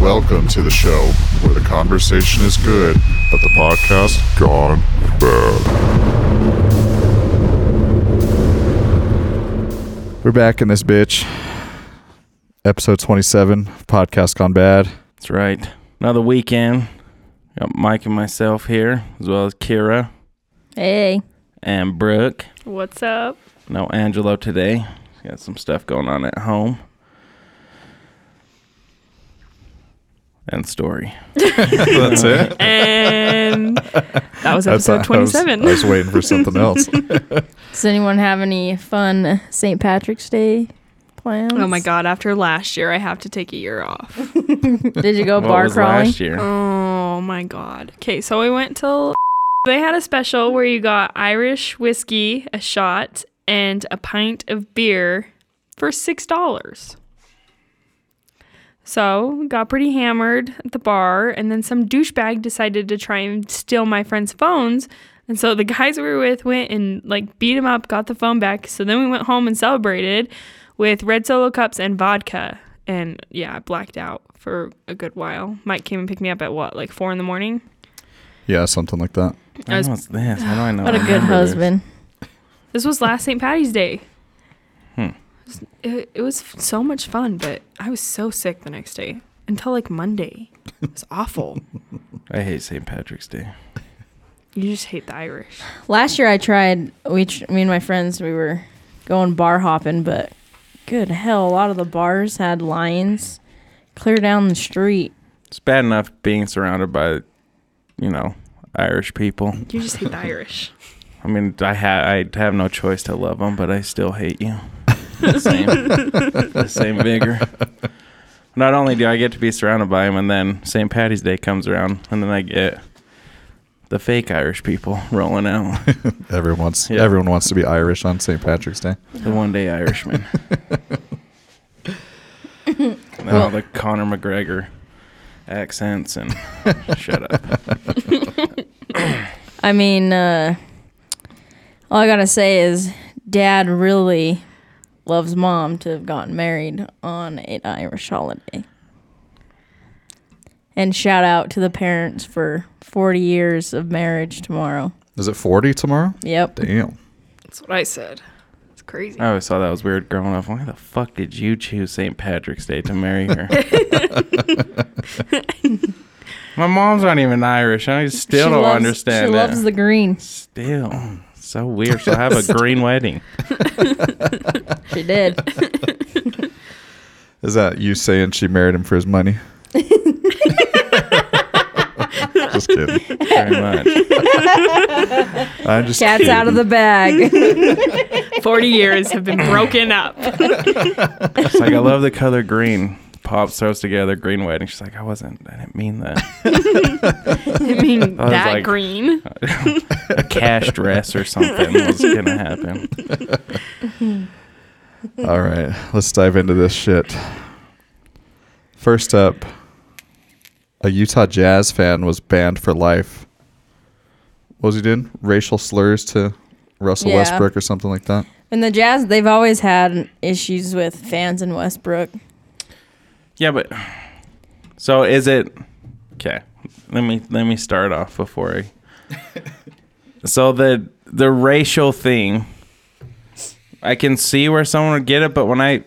Welcome to the show where the conversation is good, but the podcast gone bad. We're back in this bitch. Episode 27, podcast gone bad. That's right. Another weekend. Got Mike and myself here, as well as Kira Hey. and Brooke. What's up? No Angelo today. Got some stuff going on at home. And story. That's it. And that was That's episode 27. I was, I was waiting for something else. Does anyone have any fun St. Patrick's Day plans? oh my god, after last year, I have to take a year off. Did you go what bar was crawling? last year? Oh my god. Okay, so we went till they had a special where you got Irish whiskey, a shot, and a pint of beer for $6. So, got pretty hammered at the bar, and then some douchebag decided to try and steal my friend's phones. And so the guys we were with went and like beat him up, got the phone back. So then we went home and celebrated with red solo cups and vodka. And yeah, I blacked out for a good while. Mike came and picked me up at what, like four in the morning? Yeah, something like that. I was- was this. How do I know? Mm. What a I good remember this? husband. This was last St. Patty's Day. Hmm. It, it was f- so much fun, but I was so sick the next day until like Monday. It was awful. I hate St. Patrick's Day. you just hate the Irish. Last year I tried, we, tr- me and my friends, we were going bar hopping, but good hell, a lot of the bars had lines clear down the street. It's bad enough being surrounded by, you know, Irish people. You just hate the Irish. I mean, I ha- I have no choice to love them, but I still hate you. The same, the same vigor. Not only do I get to be surrounded by them, and then St. Patty's Day comes around, and then I get the fake Irish people rolling out, Everyone wants, Yeah. everyone wants to be Irish on St. Patrick's Day. the one day Irishman. and all the Conor McGregor accents and shut up. I mean, uh, all I gotta say is, Dad really loves Mom to have gotten married on an Irish holiday. And shout out to the parents for 40 years of marriage tomorrow. Is it 40 tomorrow? Yep. Damn. That's what I said. It's crazy. I always thought that was weird growing up. Why the fuck did you choose St. Patrick's Day to marry her? My mom's not even Irish. I still She don't loves- understand She that. loves the green. still, so weird. She'll have a green wedding. She did. Is that you saying she married him for his money? just kidding. Very much. I'm just Cat's out of the bag. 40 years have been broken up. It's like I love the color green. Pops throws together green wedding. She's like, I wasn't. I didn't mean that. I mean, I was that like- "Oh, green. a cash dress or something was gonna happen. kidding. All right, let's dive into this shit. First up, a Utah Jazz fan was banned for life. What was he doing? Racial slurs to Russell Yeah. Westbrook or something like that? and the Jazz, they've always had issues with fans in Westbrook. Yeah, but so is it okay? Let me let me start off before I. so the the racial thing, I can see where someone would get it, but when I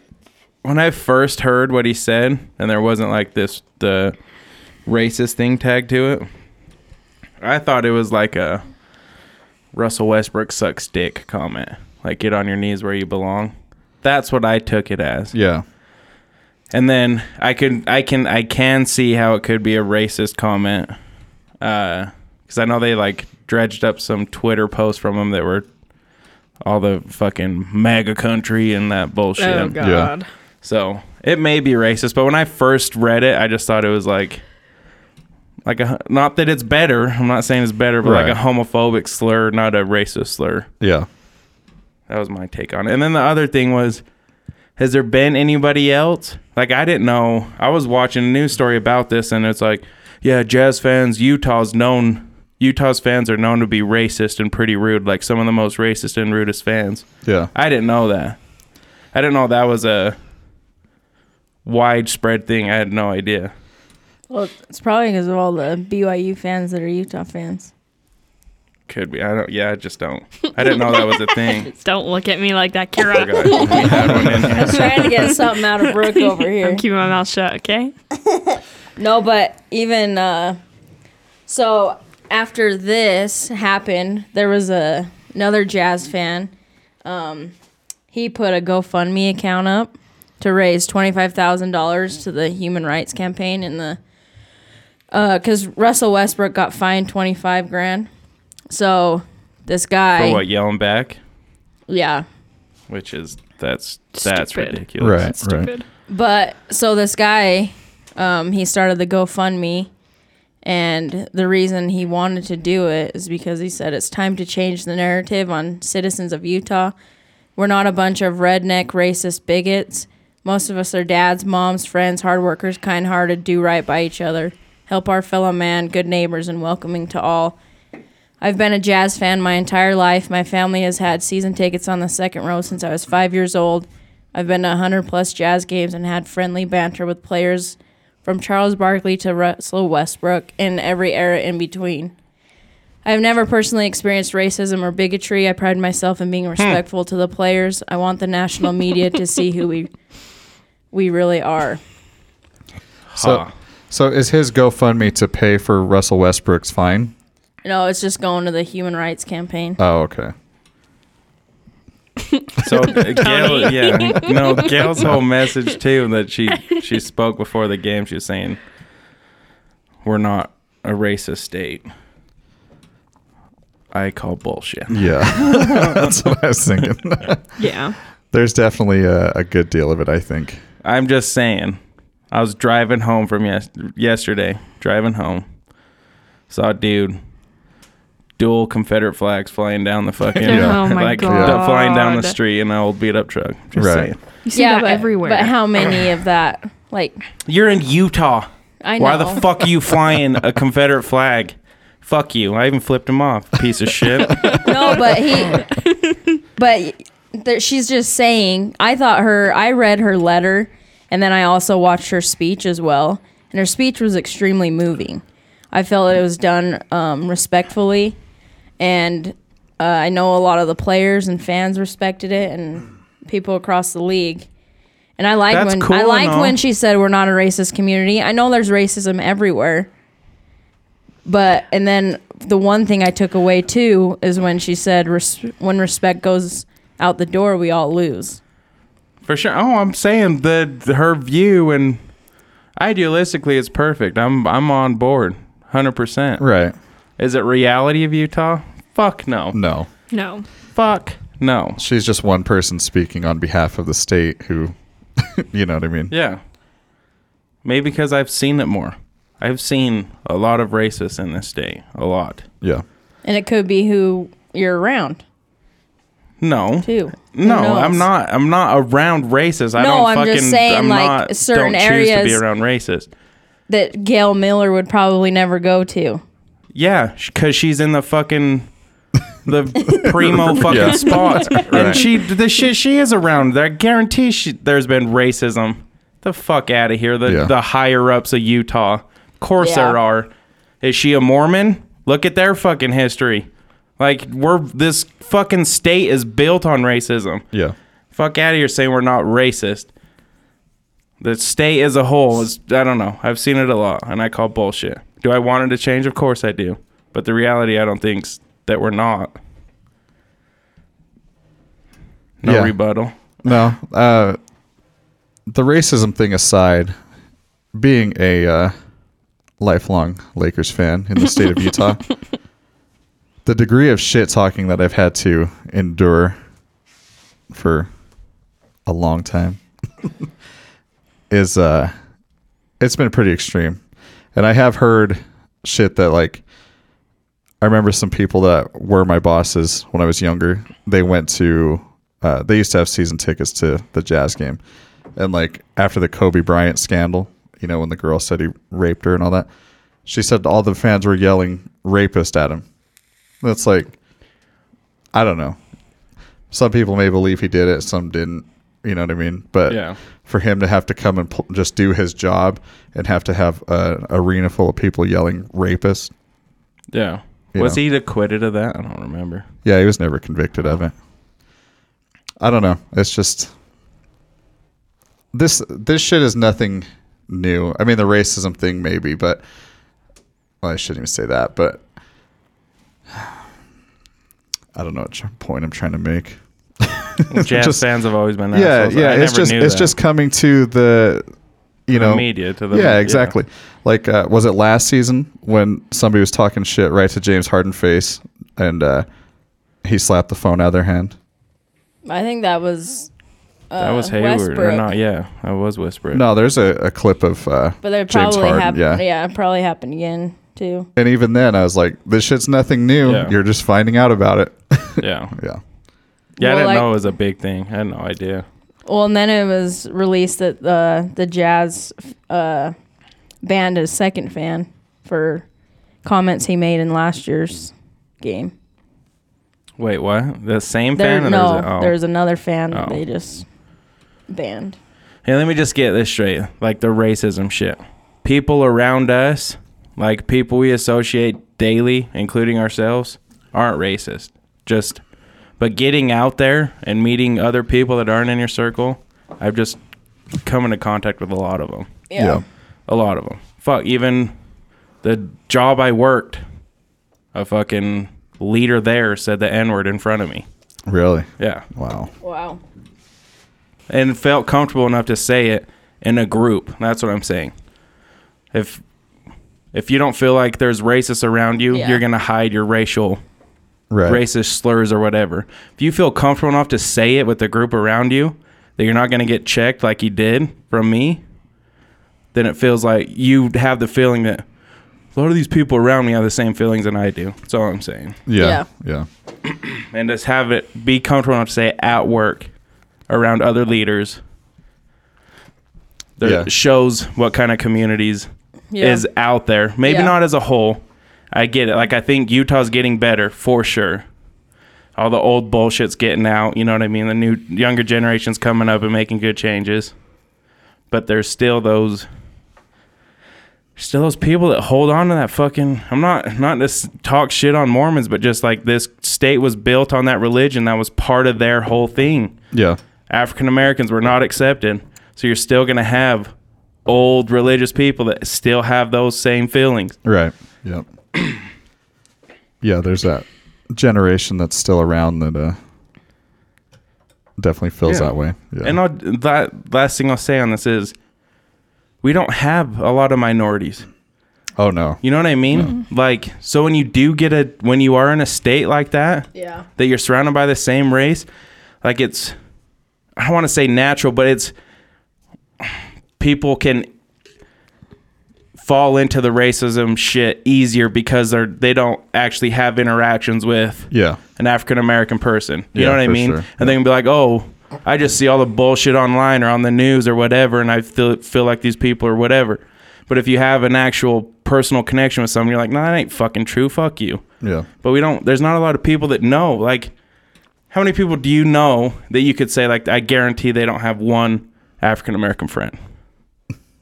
when I first heard what he said, and there wasn't like this the racist thing tagged to it, I thought it was like a Russell Westbrook sucks dick comment, like get on your knees where you belong. That's what I took it as. Yeah. And then I could I can I can see how it could be a racist comment. Uh 'cause cuz I know they like dredged up some Twitter posts from him that were all the fucking MAGA country and that bullshit. Oh, God. So, it may be racist, but when I first read it, I just thought it was like like a not that it's better. I'm not saying it's better, but Right. like a homophobic slur, not a racist slur. Yeah. That was my take on it. And then the other thing was, has there been anybody else? Like I didn't know. I was watching a news story about this, and it's like, yeah, jazz fans, Utah's known. Utah's fans are known to be racist and pretty rude, like some of the most racist and rudest fans. Yeah. I didn't know that. I didn't know that was a widespread thing. I had no idea. Well, it's probably because of all the BYU fans that are Utah fans. Could be. I don't. Yeah, I just don't. I didn't know that was a thing. Don't look at me like that, I Kira. forgot we had one in I'm here. trying to get something out of Brooke over here. I'm keeping my mouth shut, okay? No, but even uh, so, after this happened, there was a another jazz fan. Um, he put a GoFundMe account up to raise twenty five thousand dollars to the human rights campaign in the because Russell Westbrook got fined twenty five grand. So this guy, For what? Yelling back, yeah, which is that's that's Stupid. ridiculous. Right. Stupid. But so this guy, um, he started the GoFundMe, and the reason he wanted to do it is because he said it's time to change the narrative on citizens of Utah. We're not a bunch of redneck racist bigots. Most of us are dads, moms, friends, hard workers, kind hearted, do right by each other, help our fellow man, good neighbors, and welcoming to all. I've been a jazz fan my entire life. My family has had season tickets on the second row since I was five years old. I've been to 100 plus jazz games and had friendly banter with players from Charles Barkley to Russell Westbrook and every era in between. I have never personally experienced racism or bigotry. I pride myself in Hmm. being respectful to the players. I want the national media to see who we we really are. So, Huh. so is his GoFundMe to pay for Russell Westbrook's fine? No, it's just going to the human rights campaign. Oh, okay. So Gail, yeah, no, Gail's whole message too that she she spoke before the game. She was saying, "We're not a racist state." I call bullshit. Yeah, that's what I was thinking. Yeah. There's definitely a, a good deal of it, I think. I'm just saying. I was driving home from yes- yesterday, driving home. Saw a dude, dual Confederate flags flying down the fucking, Yeah. Oh my like God. the- flying down the street in an old beat up truck. Just Right. saying. You see that but, everywhere. But how many of that? Like You're in Utah. I know. Why the fuck are you flying a Confederate flag? Fuck you. I even flipped him off, piece of shit. No, but he, but there, she's just saying. I thought her. I read her letter, and then I also watched her speech as well. And her speech was extremely moving. I felt it was done um, respectfully, and uh, I know a lot of the players and fans respected it, and people across the league. And I liked That's when cool I and liked all. when she said we're not a racist community. I know there's racism everywhere. But and then the one thing I took away too is when she said, "Res- "When respect goes out the door, we all lose." For sure. Oh, I'm saying the her view and idealistically it's perfect. I'm I'm on board. 100%. Right. Is it reality of Utah? Fuck no. No. no. Fuck no. She's just one person speaking on behalf of the state who, you know what I mean? Yeah. Maybe because I've seen it more. I've seen a lot of racists in this state. A lot. Yeah. And it could be who you're around No. too. Who No, knows? I'm not. I'm not around racists. I No, don't I'm fucking. just saying, I'm like, not, certain don't choose areas- to be around racists. That Gail Miller would probably never go to. Yeah, because she's in the fucking the primo fucking Yeah. spots, and Right. she the shit she is around. I guarantee she, there's been racism. The fuck out of here. The Yeah. the higher ups of Utah, of course Yeah. there are. Is she a Mormon? Look at their fucking history. Like we're this fucking state is built on racism. Yeah. Fuck out of here saying we're not racist. The state as a whole is, I don't know. I've seen it a lot and I call bullshit. Do I want it to change? Of course I do. But the reality, I don't think's that we're not. No Yeah. rebuttal. No. Uh, the racism thing aside, being a uh, lifelong Lakers fan in the state of Utah, the degree of shit talking that I've had to endure for a long time is uh it's been pretty extreme. And I have heard shit that like I remember some people that were my bosses when I was younger. They went to uh, they used to have season tickets to the Jazz game, and like after the Kobe Bryant scandal, you know when the girl said he raped her and all that, she said all the fans were yelling "rapist" at him. That's like, I don't know. Some people may believe he did it, some didn't. You know what I mean? But Yeah. for him to have to come and pl- just do his job and have to have an arena full of people yelling rapist. Yeah. You Was know. he acquitted of that? I don't remember. Yeah, he was never convicted of it. I don't know. It's just this this shit is nothing new. I mean, the racism thing maybe, but well, I shouldn't even say that. But I don't know what point I'm trying to make. Jazz Just- fans have always been. yeah, assholes. yeah. I It's never just knew it's that. just coming to the you The know media to the yeah, exactly. Like, uh, was it last season when somebody was talking shit right to James Harden face, and uh, he slapped the phone out of their hand? I think that was. Uh, That was Hayward Westbrook. or not? Yeah, that was Westbrook. No, there's a, a clip of, uh, But that James probably Harden, happened. yeah. Yeah. it probably happened again too. and even then I was like, this shit's nothing new. Yeah. You're just finding out about it. Yeah, yeah. yeah. I Well, didn't like- know it was a big thing. I had no idea. Well, and then it was released that the the Jazz uh, banned his second fan for comments he made in last year's game. Wait, what? The same There, fan? or no, is it- oh. there's another fan that Oh. they just banned. Hey, let me just get this straight. Like the racism shit. People around us, like people we associate daily, including ourselves, aren't racist. Just, but getting out there and meeting other people that aren't in your circle, I've just come into contact with a lot of them. Yeah. A lot of them. Fuck, even the job I worked, a fucking leader there said the N word in front of me. Really? Yeah. Wow. Wow. and felt comfortable enough to say it in a group. That's what I'm saying. If if you don't feel like there's racists around you, Yeah. you're gonna hide your racial Right. racist slurs or whatever. If you feel comfortable enough to say it with the group around you, that you're not gonna get checked like you did from me, then it feels like you have the feeling that a lot of these people around me have the same feelings than I do. That's all I'm saying. Yeah. Yeah. And just have it be comfortable enough to say it at work around other leaders. That Yeah. shows what kind of communities Yeah. is out there. Maybe Yeah. not as a whole. I get it. Like I think Utah's getting better for sure. All the old bullshit's getting out, you know what I mean? The new younger generation's coming up and making good changes. But there's still those still those people that hold on to that fucking I'm not not just talk shit on Mormons, but just like this state was built on that religion that was part of their whole thing. Yeah. African Americans were not accepted. So you're still going to have old religious people that still have those same feelings. Right. Yep. yeah. There's that generation that's still around that, uh, definitely feels Yeah. that way. Yeah. And I'll, that last thing I'll say on this is we don't have a lot of minorities. oh no. You know what I mean? Like so when you do get a when you are in a state like that, Yeah. that you're surrounded by the same race, like it's I don't want to say natural, but it's people can fall into the racism shit easier because they're they don't actually have interactions with Yeah. an African American person. You Yeah, know what I for mean? sure. And they can be like, "Oh, I just see all the bullshit online or on the news or whatever, and I feel feel like these people or whatever." But if you have an actual personal connection with someone, you're like, "No, that ain't fucking true. Fuck you." Yeah. but we don't there's not a lot of people that know like how many people do you know that you could say like i guarantee they don't have one african american friend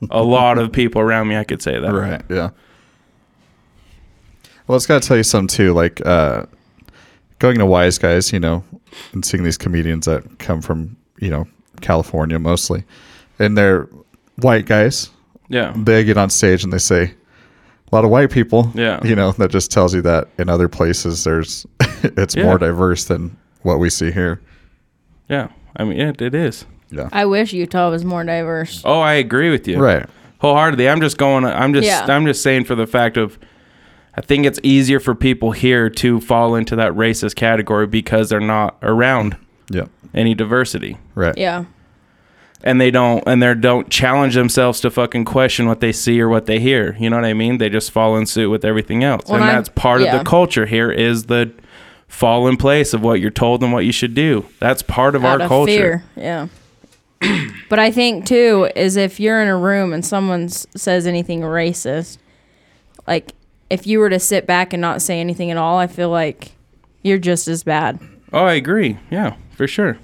a lot of people around me i could say that Right. Yeah. Well, it's got to tell you something too. Like uh, going to Wise Guys, you know, and seeing these comedians that come from you know California mostly, and they're white guys. yeah They get on stage and they say, "A lot of white people." Yeah. You know, that just tells you that in other places there's it's Yeah. more diverse than what we see here. yeah i mean it, it is Yeah. I wish Utah was more diverse. oh i agree with you Right. wholeheartedly i'm just going i'm just Yeah. i'm just saying for the fact of i think it's easier for people here to fall into that racist category because they're not around Yeah. any diversity Right. Yeah. and they don't and they don't challenge themselves to fucking question what they see or what they hear. You know what I mean? They just fall in suit with everything else. Well, and I'm- that's part yeah. of the culture here is the fall in place of what you're told and what you should do. That's part of Out our of culture. fear. Yeah. but I think too is if you're in a room and someone s- says anything racist, like if you were to sit back and not say anything at all, I feel like you're just as bad. Oh, I agree. Yeah, for sure.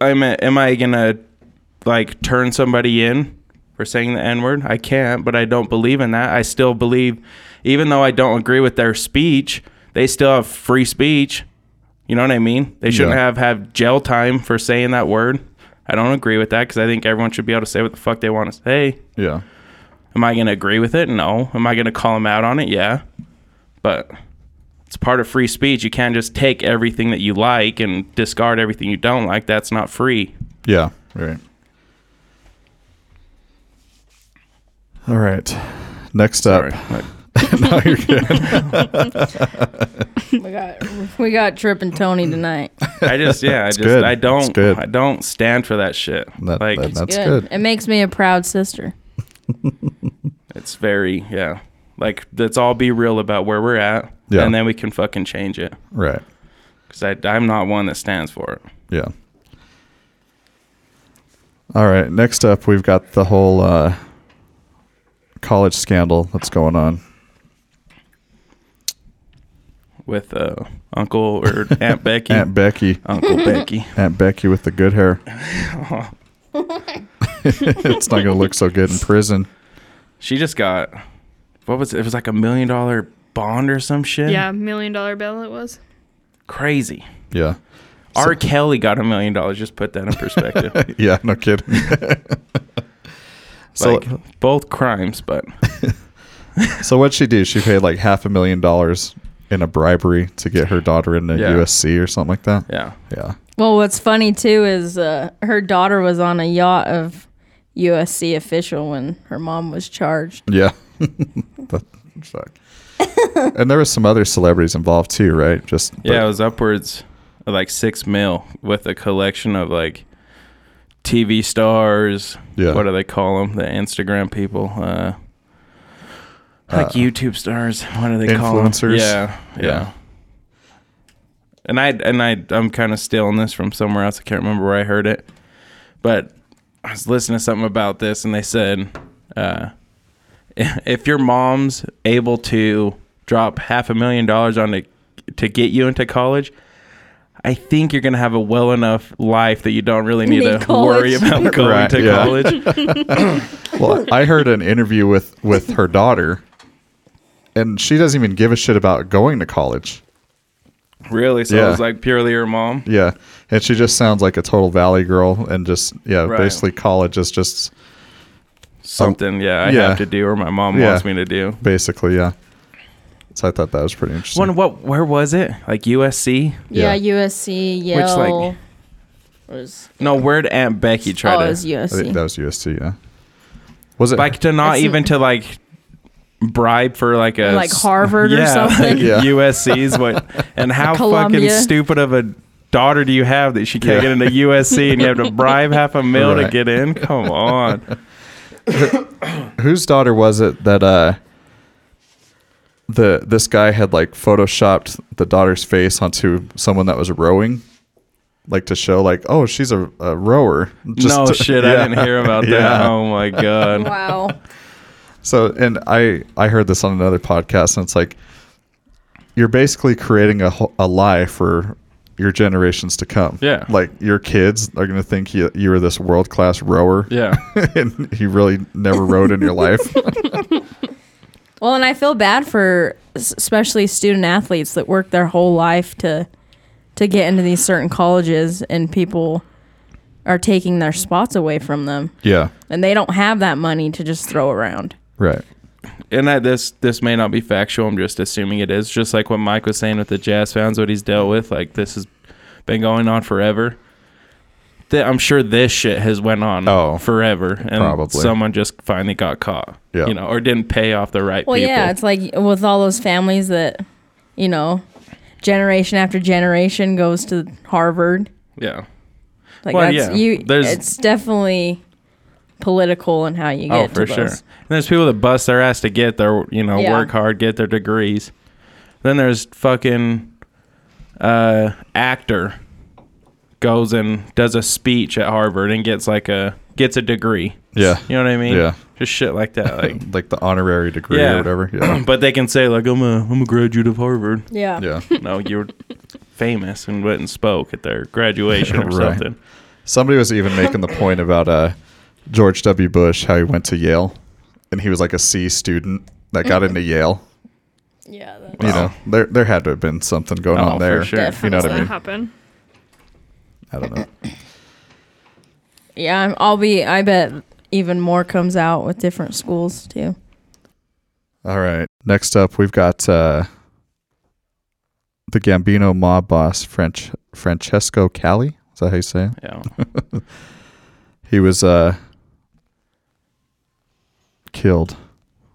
I'm a, am I gonna like turn somebody in for saying the N word? I can't, but I don't believe in that. I still believe, even though I don't agree with their speech, they still have free speech. You know what I mean? They shouldn't Yeah. have have jail time for saying that word. I don't agree with that because I think everyone should be able to say what the fuck they want to say. Yeah. Am I going to agree with it? No. Am I going to call him out on it? Yeah. But it's part of free speech. You can't just take everything that you like and discard everything you don't like. That's not free. Yeah. Right. All right. Next up. Sorry. no, you're good. We got we got Trip and Tony tonight. I just yeah, I just good. I It's don't good. I don't stand for that shit. That- like that- that- That's good. It makes me a proud sister. it's very yeah. Like let's all be real about where we're at Yeah. and then we can fucking change it Right. cuz I I'm not one that stands for it. Yeah. All right. Next up, we've got the whole uh, college scandal that's going on. With uh, Uncle or Aunt Becky, Aunt Becky. Uncle Becky. Aunt Becky with the good hair. it's not going to look so good in prison. She just got what was it? It was like a million dollar bond or some shit. Yeah, million dollar bill it was. crazy. Yeah. R. Kelly got a million dollars. Just put that in perspective. Yeah. No kidding. so, like both crimes, but so what'd she do? She paid like half a million dollars in a bribery to get her daughter into Yeah. USC or something like that. yeah, Yeah. Well, what's funny too is uh, her daughter was on a yacht of USC official when her mom was charged. Yeah. That- fuck. and there was some other celebrities involved too, right? Just but- yeah. It was upwards of like six mil with a collection of like TV stars. Yeah. What do they call them? The Instagram people. Uh, like YouTube stars. What do they call 'em? Influencers? Yeah, yeah. Yeah. And I and I I'm kind of stealing this from somewhere else. I can't remember where I heard it, but I was listening to something about this, and they said, uh, if your mom's able to drop half a million dollars on to, to get you into college. I think you're gonna have a well enough life that you don't really need to Need college. worry about going Right, to yeah. college. well, I heard an interview with with her daughter, and she doesn't even give a shit about going to college. Really? So Yeah. it was like purely her mom. Yeah, and she just sounds like a total valley girl, and just yeah, Right. basically college is just Something, yeah, I yeah. have to do, or my mom Yeah. wants me to do. basically yeah. So I thought that was pretty interesting. One, what? Where was it? Like USC? Yeah. Yeah, USC, like- Yale. was, No, where'd Aunt Becky try oh, to? it was I think USC. that was USC. Yeah, was it? like to not It's- even to like bribe for like a Like s- Harvard or yeah, something? Like Yeah. USC's what? And how fucking Columbia. stupid of a daughter do you have that she can't Yeah. get into USC and you have to bribe half a mil Right. to get in? Come on. whose daughter was it that uh the this guy had like photoshopped the daughter's face onto someone that was rowing like to show like oh she's a, a rower no to- shit, I yeah. didn't hear about that. Yeah. Oh my god. wow. so and i i heard this on another podcast and it's like you're basically creating a, ho- a lie for your generations to come Yeah. like your kids are gonna think you, you were this world-class rower Yeah. and you really never rowed in your life Well, and I feel bad for s- especially student athletes that work their whole life to to get into these certain colleges, and people are taking their spots away from them, yeah and they don't have that money to just throw around. right and I, this this may not be factual. I'm just assuming it is. Just like what Mike was saying with the jazz fans, what he's dealt with, like this has been going on forever. Th- I'm sure this shit has went on Oh, forever, and probably. someone just finally got caught. Yeah. you know, or didn't pay off the right Well, people. yeah, it's like with all those families that you know, generation after generation goes to Harvard. yeah. Like Well, that's yeah, you. there's- it's definitely political and how you Oh, get for to sure. those. And there's people that bust their ass to get their, you know, Yeah. work hard, get their degrees. Then there's fucking uh, actor goes and does a speech at Harvard and gets like a gets a degree. yeah You know what I mean? Yeah. Just shit like that. Like, like the honorary degree or Yeah. whatever. Yeah. but they can say like I'm a I'm a graduate of Harvard. Yeah. yeah. No, you're famous and went and spoke at their graduation or Right. something. Somebody was even making the point about uh, George W. Bush, how he went to Yale, and he was like a C student that got into Yale. Yeah. You know, there there had to have been something going Oh, on for there. sure. You know what I That mean? happen. I don't know. Yeah, I'm- I'll be. I bet even more comes out with different schools too. All right. Next up, we've got uh, the Gambino mob boss, French Francesco Cali. Is that how you say it? Yeah. He was uh, killed.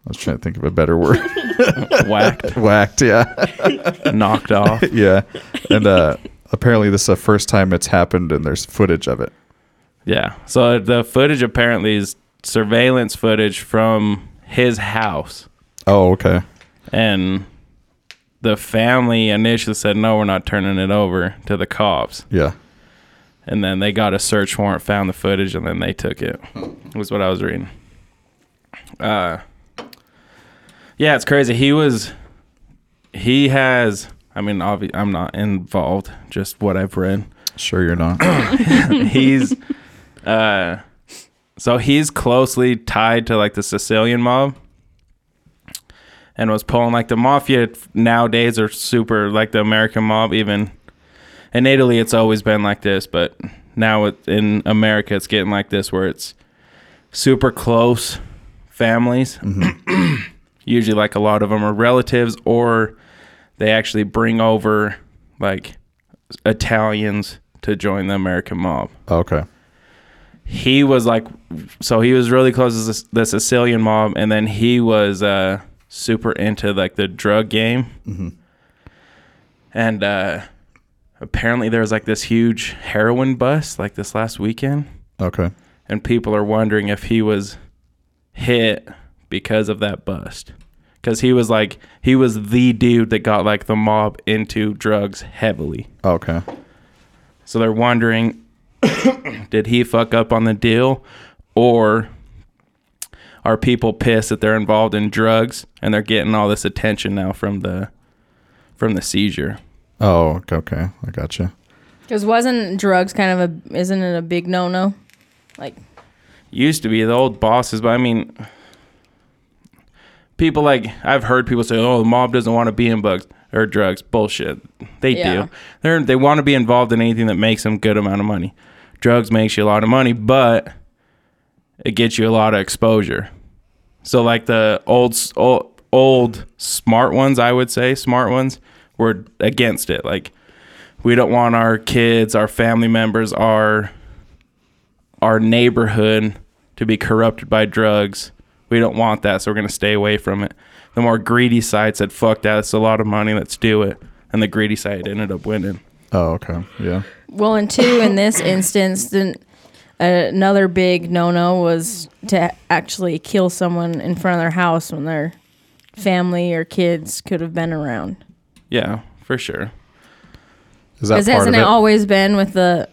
I was trying to think of a better word. Whacked, Whacked, yeah, knocked off. yeah. And uh, apparently, this is the first time it's happened, and there's footage of it. Yeah. So the footage apparently is surveillance footage from his house. Oh, okay. And the family initially said, no, we're not turning it over to the cops. Yeah. And then they got a search warrant, found the footage, and then they took it, was what I was reading. Uh, yeah, it's crazy. He was, he has, I mean, obvi- I'm not involved, just what I've read. Sure, you're not. he's uh so he's closely tied to like the Sicilian mob and was pulling like the mafia nowadays are super like the American mob even in Italy it's always been like this but now it, in America it's getting like this where it's super close families usually like a lot of them are relatives or they actually bring over like Italians to join the American mob Oh, okay. he was like so he was really close to the- the sicilian mob and then he was uh super into like the drug game and uh apparently there was like this huge heroin bust like this last weekend Okay. and people are wondering if he was hit because of that bust because he was like he was the dude that got like the mob into drugs heavily Oh, Okay. so they're wondering did he fuck up on the deal or are people pissed that they're involved in drugs and they're getting all this attention now from the from the seizure? Oh, okay, okay. I gotcha. Because wasn't drugs kind of a isn't it a big no no? Like Used to be the old bosses, but I mean people like I've heard people say, "Oh, the mob doesn't want to be in bugs or drugs." Bullshit. They Yeah. do. They're they want to be involved in anything that makes them good amount of money. Drugs makes you a lot of money, but it gets you a lot of exposure. So like the old old, old smart ones, I would say smart ones were against it. Like we don't want our kids, our family members, our our neighborhood to be corrupted by drugs. We don't want that, so we're gonna stay away from it. The more greedy side said, "Fuck that! It's a lot of money. Let's do it." And the greedy side ended up winning. Oh, okay. Yeah. well, and two in this instance, then another big no no was to actually kill someone in front of their house when their family or kids could have been around. Yeah, for sure. Is Because that part of hasn't it it? always been with the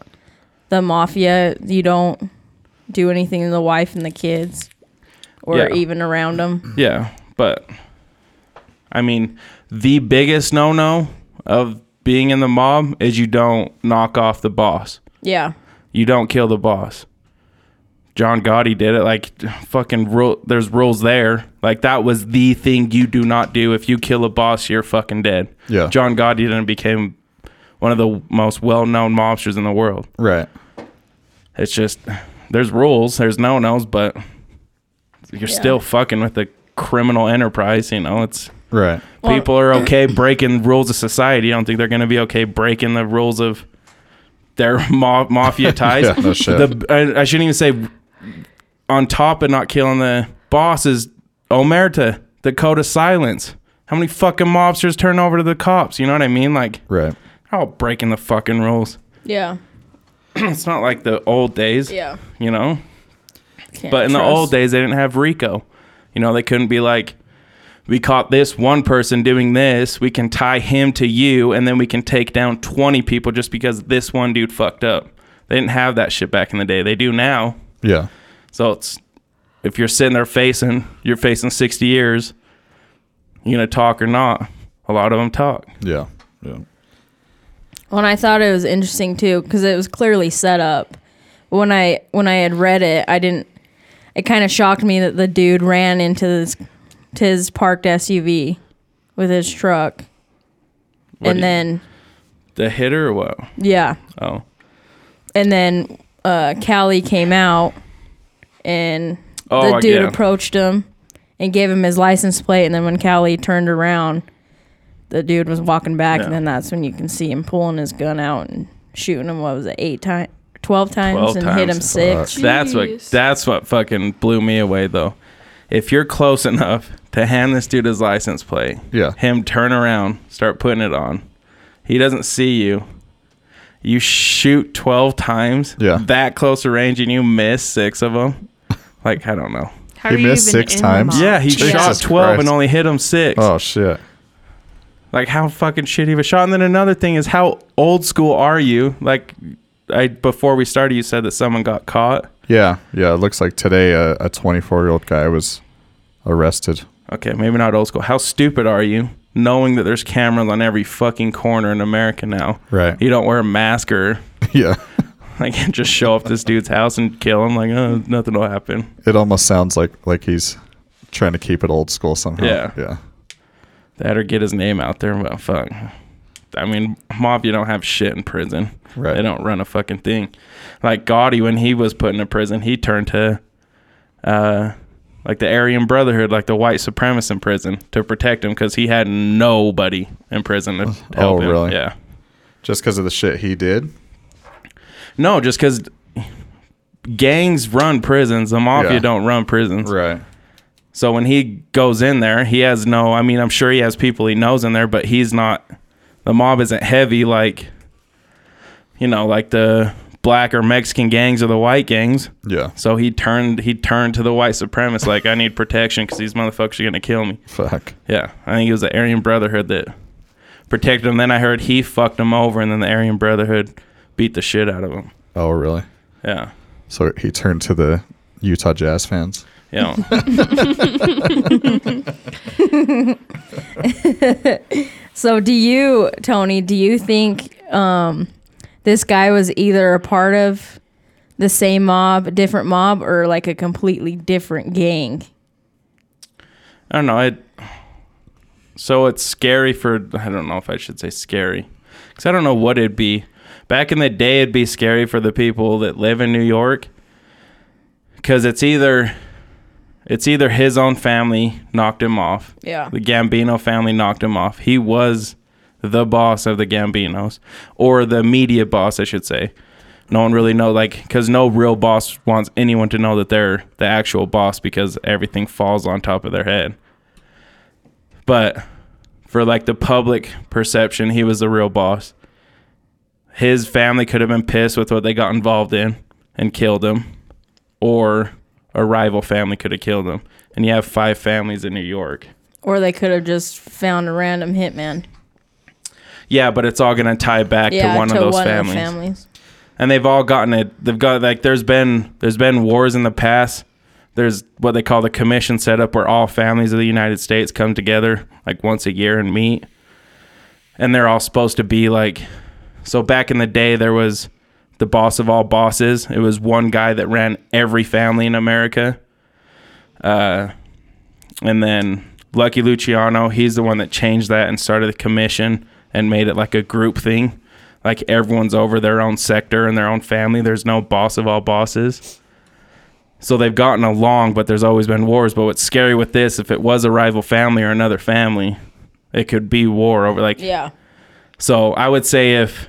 the mafia? You don't do anything to the wife and the kids, or Yeah. even around them. Yeah, but I mean, the biggest no no of being in the mob is you don't knock off the boss. Yeah, You don't kill the boss. John Gotti did it. Like, fucking rule. There's rules there. Like, that was the thing you do not do. If you kill a boss, you're fucking dead. Yeah. John Gotti then became one of the most well known mobsters in the world. right. It's just, there's rules, there's no nos, but you're still fucking with the criminal enterprise. You know, it's Right. Well- people are okay breaking rules of society. I don't think they're going to be okay breaking the rules of their ma- mafia ties. Yeah, no shit. The, I, I shouldn't even say on top of not killing the boss is Omerta, the code of silence. How many fucking mobsters turn over to the cops? You know what I mean? Like, Right. they're all breaking the fucking rules. yeah, It's not like the old days, yeah. you know? Can't But in the trust. old days, they didn't have Rico. You know, they couldn't be like, we caught this one person doing this. We can tie him to you, and then we can take down 20 people just because this one dude fucked up. They didn't have that shit back in the day. They do now. Yeah. So it's if you're sitting there facing, you're facing 60 years, you gonna talk or not? A lot of them talk. Yeah. Yeah. Well, and I thought it was interesting too because it was clearly set up. But when I when I had read it, I didn't. It kind of shocked me that the dude ran into this to his parked SUV with his truck, What do and you- then the hitter or what? yeah, Oh, and then uh, Callie came out, and Oh, the I- dude yeah. approached him and gave him his license plate. And then when Callie turned around, the dude was walking back, and Yeah. then that's when you can see him pulling his gun out and shooting him. What was it, eight times, twelve times, 12 and hit him times. six? that's what Jeez. that's what fucking blew me away though. If you're close enough to hand this dude his license plate, Yeah. him turn around, start putting it on. He doesn't see you. You shoot twelve times, Yeah. that close to range, and you miss six of them. Like I don't know. How He are you missed even six in the times. mob? Yeah, he Oh, Jesus shot twelve and Christ. only hit him six. Oh shit. Like how fucking shitty of a shot. And then another thing is how old school are you? Like I before we started, you said that someone got caught. Yeah, yeah. It looks like today a, a 24 year old guy was arrested. Okay, maybe not old school. How stupid are you? Knowing that there's cameras on every fucking corner in America now. Right. You don't wear a mask or Yeah. like just show up this dude's house and kill him. Like oh, nothing will happen. It almost sounds like like he's trying to keep it old school somehow. Yeah. Yeah. That or get his name out there. But fuck. I mean, mob, you don't have shit in prison. Right. They don't run a fucking thing. Like Gotti, when he was put in a prison, he turned to, uh, like the Aryan Brotherhood, like the white supremacists in prison to protect him because he had nobody in prison to help him. Oh, really? Yeah. Just because of the shit he did. No, just because gangs run prisons, the mafia Yeah. don't run prisons. Right. So when he goes in there, he has no. I mean, I'm sure he has people he knows in there, but he's not. The mob isn't heavy like, you know, like the black or Mexican gangs or the white gangs. Yeah. So he turned he turned to the white supremacists like I need protection because these motherfuckers are gonna kill me. Fuck. Yeah, I think it was the Aryan Brotherhood that protected him. Then I heard he fucked him over, and then the Aryan Brotherhood beat the shit out of him. Oh really? Yeah, So he turned to the Utah Jazz fans. yeah. So do you, Tony? Do you think um, this guy was either a part of the same mob, different mob, or like a completely different gang? I don't know. It so it's scary for I don't know if I should say scary because I don't know what it'd be. Back in the day, it'd be scary for the people that live in New York because it's either it's either his own family knocked him off. Yeah. the Gambino family knocked him off. He was the boss of the Gambinos or the media boss, I should say. No one really know like because no real boss wants anyone to know that they're the actual boss because everything falls on top of their head. But for like the public perception, he was the real boss. His family could have been pissed with what they got involved in and killed him, or a rival family could have killed him. And you have five families in New York. Or they could have just found a random hitman. Yeah, but it's all gonna tie back to one of those families. and they've all gotten it. They've got like there's been there's been wars in the past. There's what they call the commission setup, where all families of the United States come together like once a year and meet, and they're all supposed to be like. So back in the day, there was the boss of all bosses. It was one guy that ran every family in America. Uh, and then Lucky Luciano, he's the one that changed that and started the commission and made it like a group thing. Like everyone's over their own sector and their own family. There's no boss of all bosses. So they've gotten along, but there's always been wars. But what's scary with this, if it was a rival family or another family, it could be war over like Yeah. so I would say if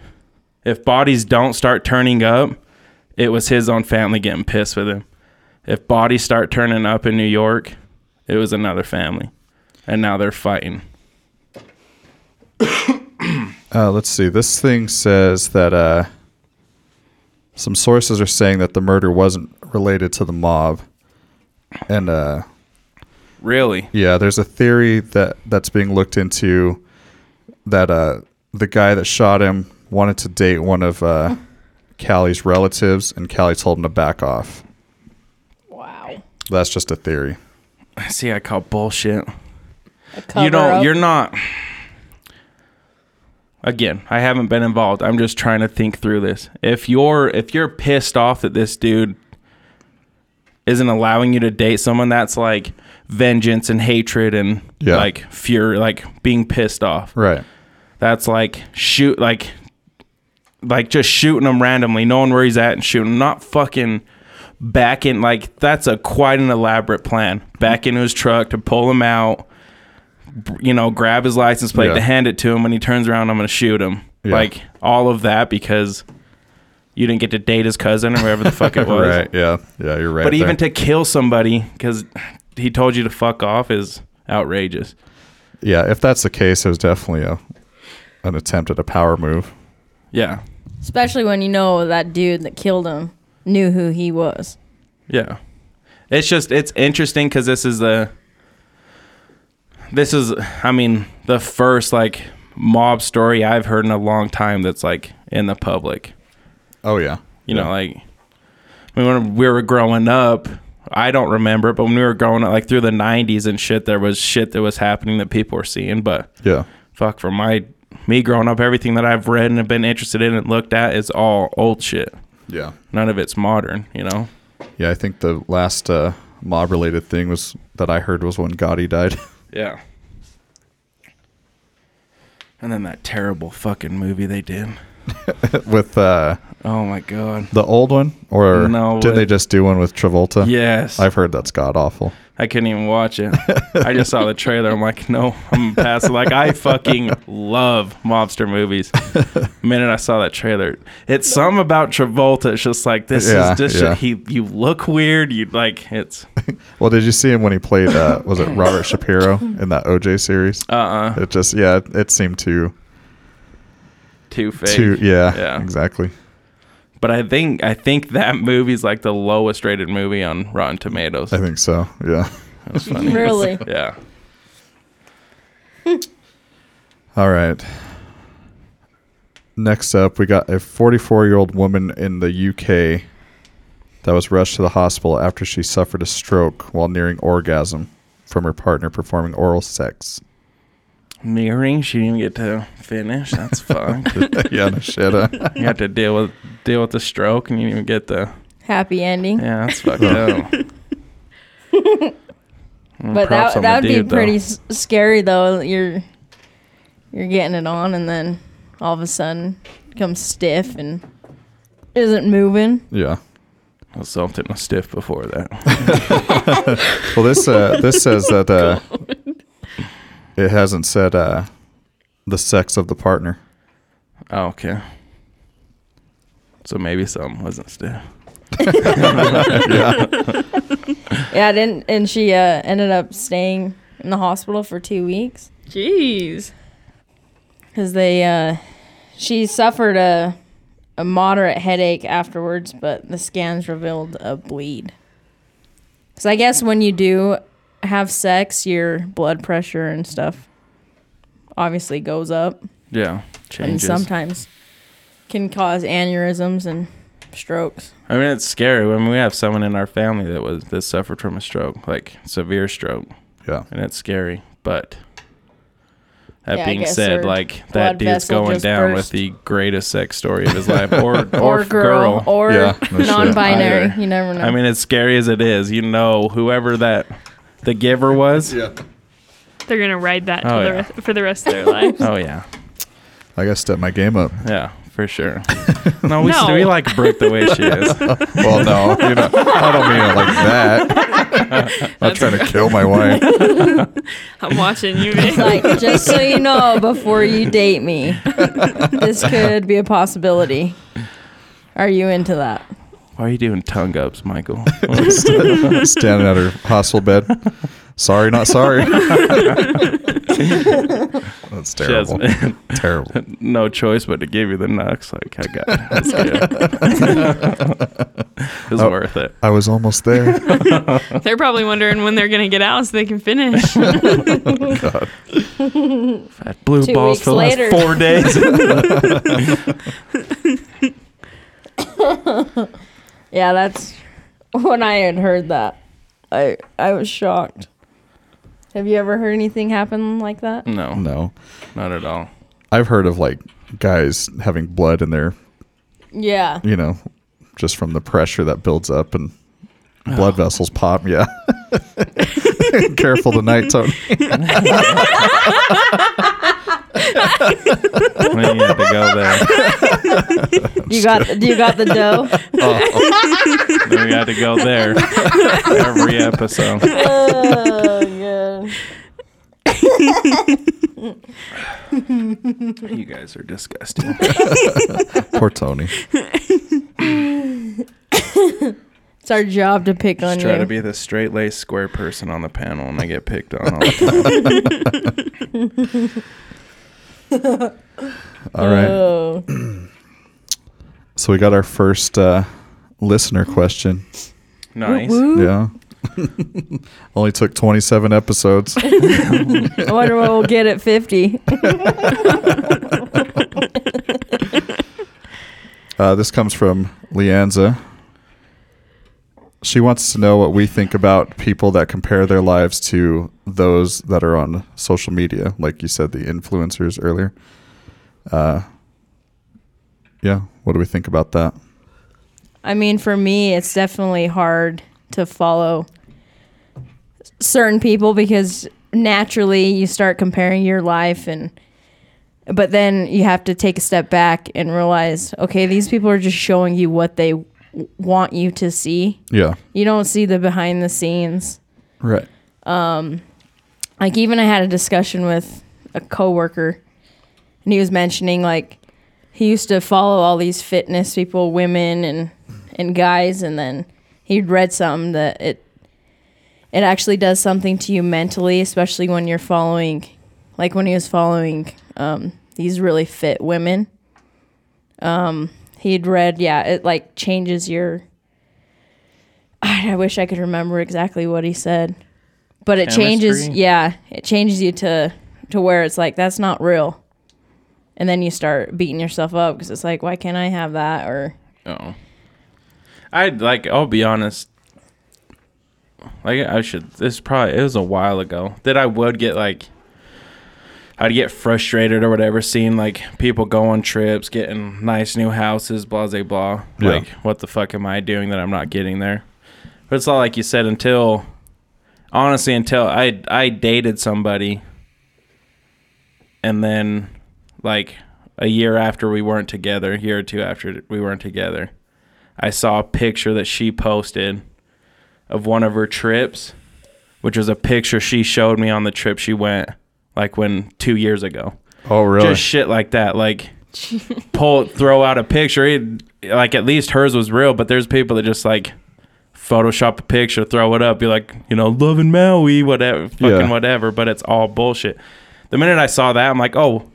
if bodies don't start turning up, it was his own family getting pissed with him. If bodies start turning up in New York, it was another family, and now they're fighting. Uh, let's see. This thing says that uh, some sources are saying that the murder wasn't related to the mob, and uh, Really? yeah, there's a theory that that's being looked into that uh, the guy that shot him wanted to date one of uh, Callie's relatives, and Callie told him to back off. Wow. That's just a theory. See, I call bullshit. A cover you don't. up. You're not. again, I haven't been involved. I'm just trying to think through this. If you're if you're pissed off that this dude isn't allowing you to date someone, that's like vengeance and hatred and Yeah. like fury, like being pissed off. Right. That's like shoot, like like just shooting him randomly, knowing where he's at and shooting, him. not fucking back in like that's a quite an elaborate plan. Back into his truck to pull him out, b- you know, grab his license plate Yeah. to hand it to him. When he turns around, I'm gonna shoot him. Yeah. Like all of that because you didn't get to date his cousin or whoever the fuck it was. Right. Yeah. Yeah. You're right. But even there. to kill somebody because he told you to fuck off is outrageous. yeah, if that's the case, it was definitely a an attempt at a power move. Yeah. Especially when you know that dude that killed him knew who he was. Yeah. It's just it's interesting cuz this is the this is I mean the first like mob story I've heard in a long time that's like in the public. Oh yeah. You know, like I mean, when we were growing up, I don't remember it, but when we were growing up like through the 90s and shit there was shit that was happening that people were seeing, but Yeah. fuck from my me growing up everything that I've read and have been interested in and looked at is all old shit. Yeah. None of it's modern, you know. Yeah. I think the last uh, mob related thing was that I heard was when Gotti died. Yeah. And then that terrible fucking movie they did. with uh, Oh my god. the old one, or No, did with- they just do one with Travolta? Yes. I, I've heard that's god awful. couldn't even watch it. I just saw the trailer. I'm like, no, I'm past. it. Like I fucking love mobster movies. minute I saw that trailer, it's something about Travolta. It's just like this Yeah, is this. yeah. He you look weird. You like it's Well, did you see him when he played? Uh, was it Robert Shapiro in that OJ series? uh uh It just yeah, it, it seemed too too fake. too yeah, Yeah. exactly. But I think I think that movie's like the lowest rated movie on Rotten Tomatoes. I think so. Yeah. That's funny. Really? Yeah. All right. Next up, we got a 44 year old woman in the UK that was rushed to the hospital after she suffered a stroke while nearing orgasm from her partner performing oral sex. Nearing, she didn't get to finish. That's fucked. yeah, no shit. huh? you have to deal with deal with the stroke, and you didn't even get the Happy ending. yeah. That's fucked up. Mm, but that that would be pretty s- scary though. You're you're getting it on and then all of a sudden comes stiff and isn't moving. Yeah. Something was stiff before that. Well, this uh, this says that uh, it hasn't said uh, the sex of the partner. Oh, okay. So maybe something wasn't stiff. Yeah, I didn't and she uh, ended up staying in the hospital for 2 weeks Jeez. cuz they uh, she suffered a a moderate headache afterwards, but the scans revealed a bleed. Cuz I guess when you do have sex, your blood pressure and stuff obviously goes up. Yeah. Changes. and sometimes can cause aneurysms and strokes. I mean, it's scary when we have someone in our family that was that suffered from a stroke, like severe stroke, Yeah. and it's scary. But that Yeah, I being guess said, her like blood that dude's vessel going just down with burst. the greatest sex story of his life, or or, Or, girl, girl or Yeah, no shit. non-binary. Either. You never know. I mean, as scary as it is, you know, whoever that the giver was. They're gonna ride that Oh, till the yeah. rest, for the rest of their lives. Oh yeah, I gotta step my game up. yeah, for sure. No, we No. we like Brooke the way she is. Well, no, you know, I don't mean it like that. I'm not trying to kill my wife. I'm watching you. It's like just so you know, before you date me, this could be a possibility. Are you into that? Why are you doing tongue ups, Michael? Standing at her hospital bed. Sorry, not sorry. That's terrible. Jasmine. terrible. no choice but to give you the knucks. Like I got it. That's good. it's Oh. worth it. I was almost there. They're probably wondering when they're gonna get out so they can finish. That blue Two balls weeks for the last later. four days. Yeah, that's when I had heard that. I I was shocked. Have you ever heard anything happen like that? no, No, not at all. I've heard of like guys having blood in their, Yeah. you know, just from the pressure that builds up and blood vessels pop. Yeah. Careful tonight, Tony. We need to go there. You got you got the dough. We got to go there every episode. oh, You guys are disgusting. Poor Tony. It's our job to pick on Just try you. to be the straight laced square person on the panel, and I get picked on all the time. All right. Oh. So we got our first uh, listener question. Nice. Woo. Yeah. Only took 27 episodes. I wonder what we'll get at fifty. Uh, this comes from Lianza. She wants to know what we think about people that compare their lives to those that are on social media, like you said, the influencers earlier. Uh, yeah, what do we think about that? I mean, for me, it's definitely hard to follow certain people because naturally you start comparing your life and but then you have to take a step back and realize okay these people are just showing you what they w- want you to see Yeah, you don't see the behind the scenes right. like even I had a discussion with a coworker and he was mentioning like he used to follow all these fitness people, women and and guys and then he'd read something that it it actually does something to you mentally, especially when you're following like when he was following um these really fit women. Um he'd read yeah, it like changes your I wish I could remember exactly what he said. But it changes Chemistry? yeah, it changes you to to where it's like that's not real. And then you start beating yourself up because it's like, why can't I have that? Or Oh. I'd like, I'll be honest. Like, I should, this probably, it was a while ago that I would get like, I'd get frustrated or whatever, seeing like people go on trips, getting nice new houses, blah, blah, blah. Yeah. Like, what the fuck am I doing that I'm not getting there? But it's all like you said, until, honestly, until I, I dated somebody and then like a year after we weren't together, a year or two after we weren't together, I saw a picture that she posted of one of her trips, which was a picture she showed me on the trip she went like when two years ago. Oh, really? Just shit like that. Like pull throw out a picture. It, like at least hers was real, but there's people that just like Photoshop a picture, throw it up, be like, you know, loving Maui, whatever, fucking Yeah. whatever, but it's all bullshit. The minute I saw that, I'm like, oh,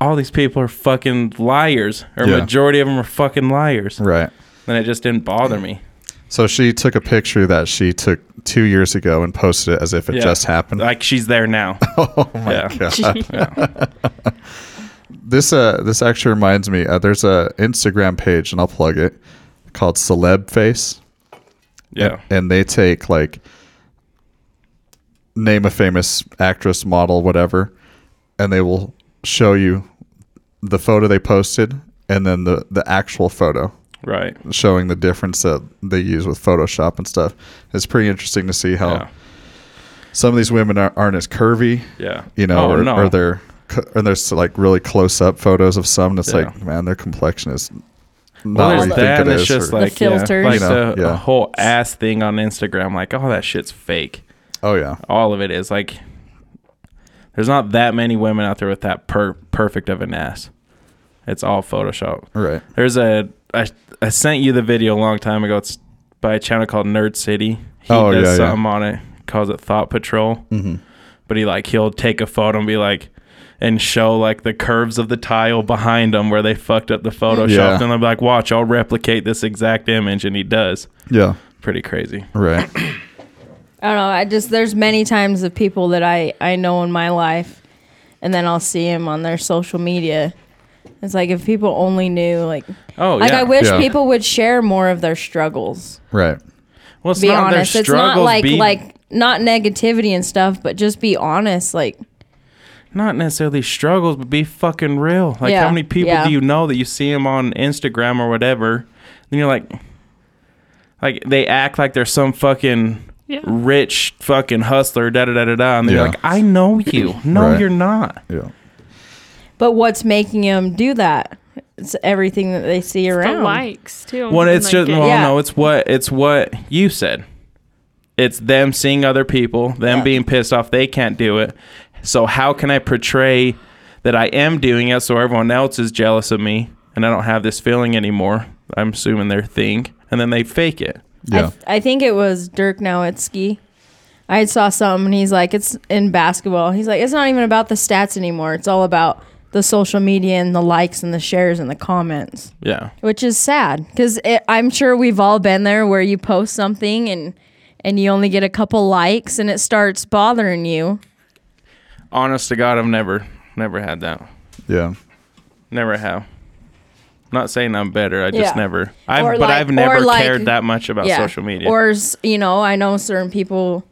all these people are fucking liars, or Yeah. majority of them are fucking liars. right. And it just didn't bother me. So she took a picture that she took two years ago and posted it as if it Yeah. just happened. Like she's there now. oh my yeah. god. yeah. This uh this actually reminds me. Uh, there's a Instagram page and I'll plug it called Celeb Face. Yeah. and they take like name a famous actress, model, whatever, and they will show you the photo they posted and then the the actual photo Right. showing the difference that they use with Photoshop and stuff. It's pretty interesting to see how Yeah. some of these women are, aren't as curvy, Yeah. you know, Oh, or, no. or they're c- and there's like really close up photos of some. And it's Yeah. like, man, their complexion is Well, not there's what we that, think and it it's is. just or- like The yeah, filters. like You know, the yeah. whole ass thing on Instagram. Like, oh, that shit's fake. oh yeah, All of it is like. There's not that many women out there with that per- perfect of an ass. It's all Photoshop. right. There's a I, I sent you the video a long time ago. It's by a channel called Nerd City. He Oh, does yeah, yeah. something on it, calls it Thought Patrol. Mhm. But he like he'll take a photo and be like and show like the curves of the tile behind them where they fucked up the Photoshop. Yeah. And I'm like, watch, I'll replicate this exact image, and he does. Yeah, Pretty crazy. right. I don't know. I just there's many times of people that I I know in my life, and then I'll see them on their social media. It's like if people only knew, like, Oh like yeah. I wish Yeah. people would share more of their struggles. Right. well, it's be not their honest, it's not struggles, like be- like not negativity and stuff, but just be honest. Like not necessarily struggles, but be fucking real. Like, Yeah, how many people yeah. do you know that you see them on Instagram or whatever? And you're like, like they act like they're some fucking Yeah. rich fucking hustler, da da da da da. And they're Yeah. like, I know you. No, Right. you're not. Yeah. But what's making them do that? It's everything that they see The around. likes too. Well, and, it's like, just it- well, Yeah. no, it's what it's what you said. It's them seeing other people, them Yeah. being pissed off they can't do it. So how can I portray that I am doing it so everyone else is jealous of me and I don't have this feeling anymore? I'm assuming their thing, and then they fake it. I, Yeah. th- I think it was Dirk Nowitzki. I saw something and he's like, it's in basketball. He's like, it's not even about the stats anymore. It's all about the social media and the likes and the shares and the comments, Yeah, which is sad because I'm sure we've all been there where you post something and and you only get a couple likes and it starts bothering you. honest to God, I've never never had that. yeah. Never have. Not saying I'm better. I just Yeah. never. I've, Or but like- I've or never like- cared that much about social media. Or s- you know, I know certain people,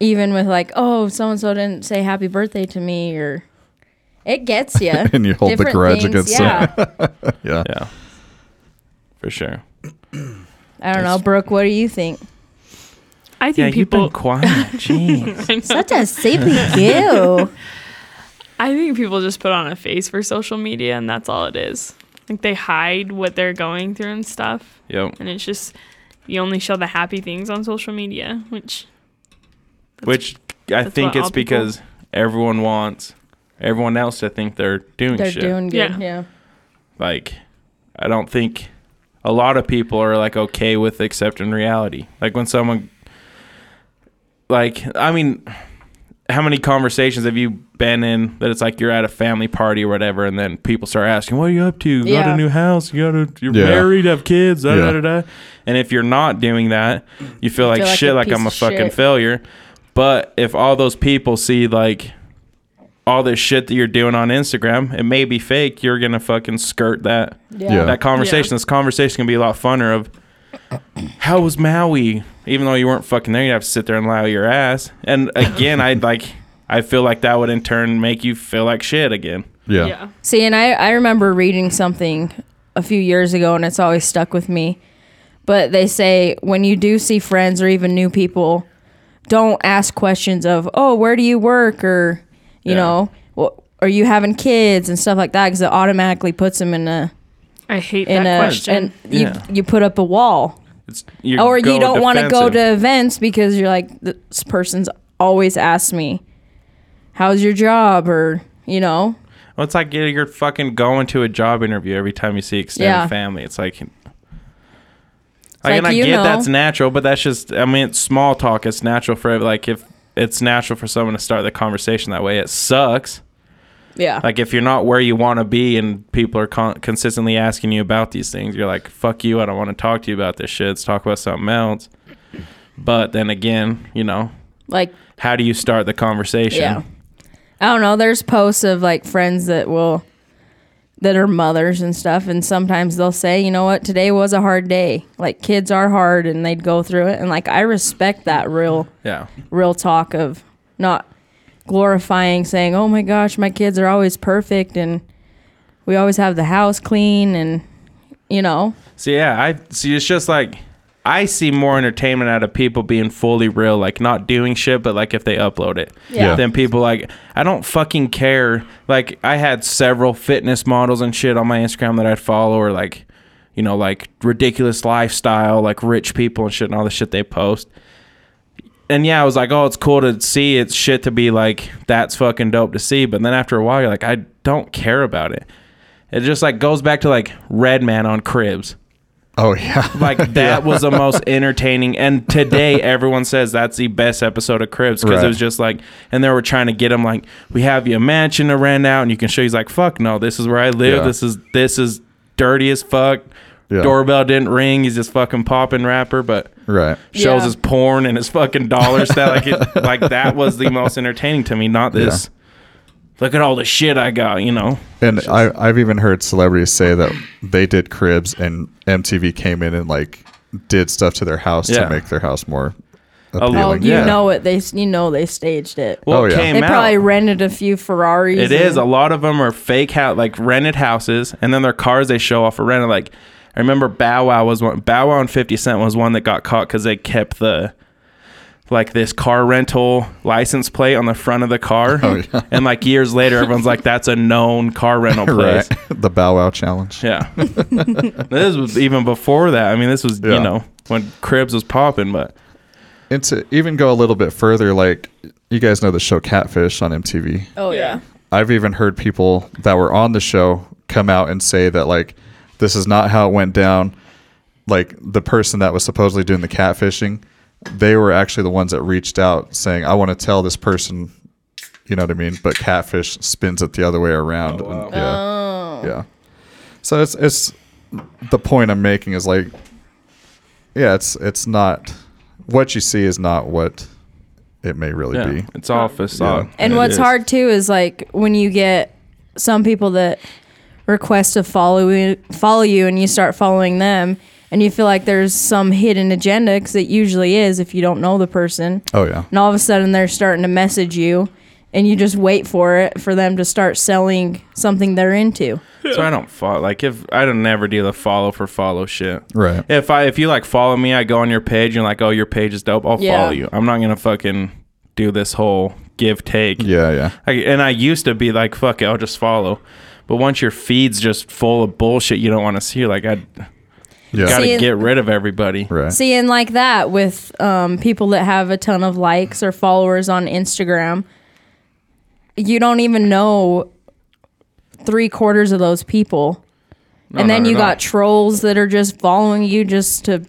even with like, oh, so and so didn't say happy birthday to me, or it gets you. And you hold the grudge against them. yeah. Yeah. yeah, for sure. I don't know, Brooke. What do you think? I think Yeah, you've people. been quiet. Jeez. Such a sleepy you. I think people just put on a face for social media, and that's all it is. Like they hide what they're going through and stuff, Yep. and it's just you only show the happy things on social media, which Which I that's think what all it's people- because everyone wants everyone else to think they're doing They're shit. doing good. Yeah. Yeah. like, I don't think a lot of people are like okay with accepting reality. Like when someone, like I mean, how many conversations have you been in that it's like you're at a family party or whatever, and then people start asking, "What are you up to? You Got Yeah. a new house? You got a you're Yeah. married? Have kids? Da, Yeah. da, da, da. And if you're not doing that, you feel like feel like shit, a like I'm a piece of fucking shit. failure. But if all those people see like all this shit that you're doing on Instagram, it may be fake. You're gonna fucking skirt that Yeah. that conversation. Yeah. This conversation can be a lot funner. Of how was Maui? Even though you weren't fucking there, you have to sit there and lie your ass. And again, I'd like. I feel like that would in turn make you feel like shit again. Yeah. yeah. See, and I, I remember reading something a few years ago, and it's always stuck with me. But they say when you do see friends or even new people, don't ask questions of, oh, where do you work? Or, you Yeah. know, "Wh- are you having kids and stuff like that? Because it automatically puts them in a, I hate in that a, question. and you, Yeah. you put up a wall. It's you or you go don't want to go defensive. to events because you're like this person's always asked me how's your job or you know Well, it's like you're you're fucking going to a job interview every time you see extended Yeah. family. It's like, like, like, and I you get know. that's natural, but that's just, I mean, it's small talk. It's natural for, like, if it's natural for someone to start the conversation that way, it sucks. yeah Like, if you're not where you want to be and people are con- consistently asking you about these things, you're like, fuck you. I don't want to talk to you about this shit. Let's talk about something else. But then again, you know, like how do you start the conversation? yeah i don't know there's posts of like friends that will that are mothers and stuff and sometimes they'll say you know what today was a hard day like kids are hard and they'd go through it and like i respect that real Yeah. real talk of not glorifying saying, "Oh my gosh, my kids are always perfect and we always have the house clean and you know." So yeah, I see. It's just like I see more entertainment out of people being fully real, like not doing shit, but like if they upload it, Yeah. Yeah. Then people like I don't fucking care. Like I had several fitness models and shit on my Instagram that I'd follow, or like you know, like ridiculous lifestyle, like rich people and shit, and all the shit they post. And yeah, I was like, oh, it's cool to see. It's shit to be like, that's fucking dope to see. But then after a while, you're like, I don't care about it. It just like goes back to like Redman on Cribs. Oh yeah. Like that was the most entertaining. And today everyone says that's the best episode of Cribs because Right. it was just like, and they were trying to get him like, we have you a mansion to rent out, and you can show. He's like, fuck no, this is where I live. Yeah. This is this is dirty as fuck. Yeah. Doorbell didn't ring. He's just fucking popping rapper, but Right. shows Yeah. his porn and his fucking dollar stuff. Like it, like that was the most entertaining to me. Not this. Look at all the shit I got. You know. And I, I've even heard celebrities say that they did cribs and MTV came in and like did stuff to their house Yeah. to make their house more Appealing. Oh, you Yeah. know it. They s- you know they staged it. Well, Oh, it yeah. came they out. probably rented a few Ferraris. It is. A and- lot of them are fake, house, like rented houses, and then their cars they show off for rented. Like I remember Bow Wow was one. Bow Wow and Fifty Cent was one that got caught because they kept the like this car rental license plate on the front of the car. Oh, yeah. And like years later, everyone's like, "That's a known car rental place." right. the Bow Wow challenge. Yeah. this was even before that. I mean, this was Yeah. you know when Cribs was popping, but And to even go a little bit further, like you guys know the show Catfish on MTV. Oh yeah. Yeah. I've even heard people that were on the show come out and say that like this is not how it went down. Like the person that was supposedly doing the catfishing, they were actually the ones that reached out saying, "I want to tell this person," you know what I mean? But catfish spins it the other way around. Oh, wow. And- yeah, yeah. So it's it's the point I'm making is like, yeah, it's it's not what you see is not what it may really yeah, be. it's all facade. And It what's is. hard too is like when you get some people that request to follow you, follow you, and you start following them, and you feel like there's some hidden agenda because it usually is if you don't know the person, Oh yeah. and all of a sudden they're starting to message you, and you just wait for it for them to start selling something they're into. So I don't follow. Like if I don't never do the follow for follow shit. Right. If I if you like follow me, I go on your page and like, oh, your page is dope. I'll Yeah. follow you. I'm not gonna fucking do this whole give take. Yeah, yeah. I, and I used to be like, fuck it, I'll just follow. But once your feed's just full of bullshit you don't want to see, like I Yeah. gotta See, get rid of everybody. Right. Seeing like that with um, people that have a ton of likes or followers on Instagram, you don't even know three quarters of those people. and then not you at got all. trolls that are just following you just to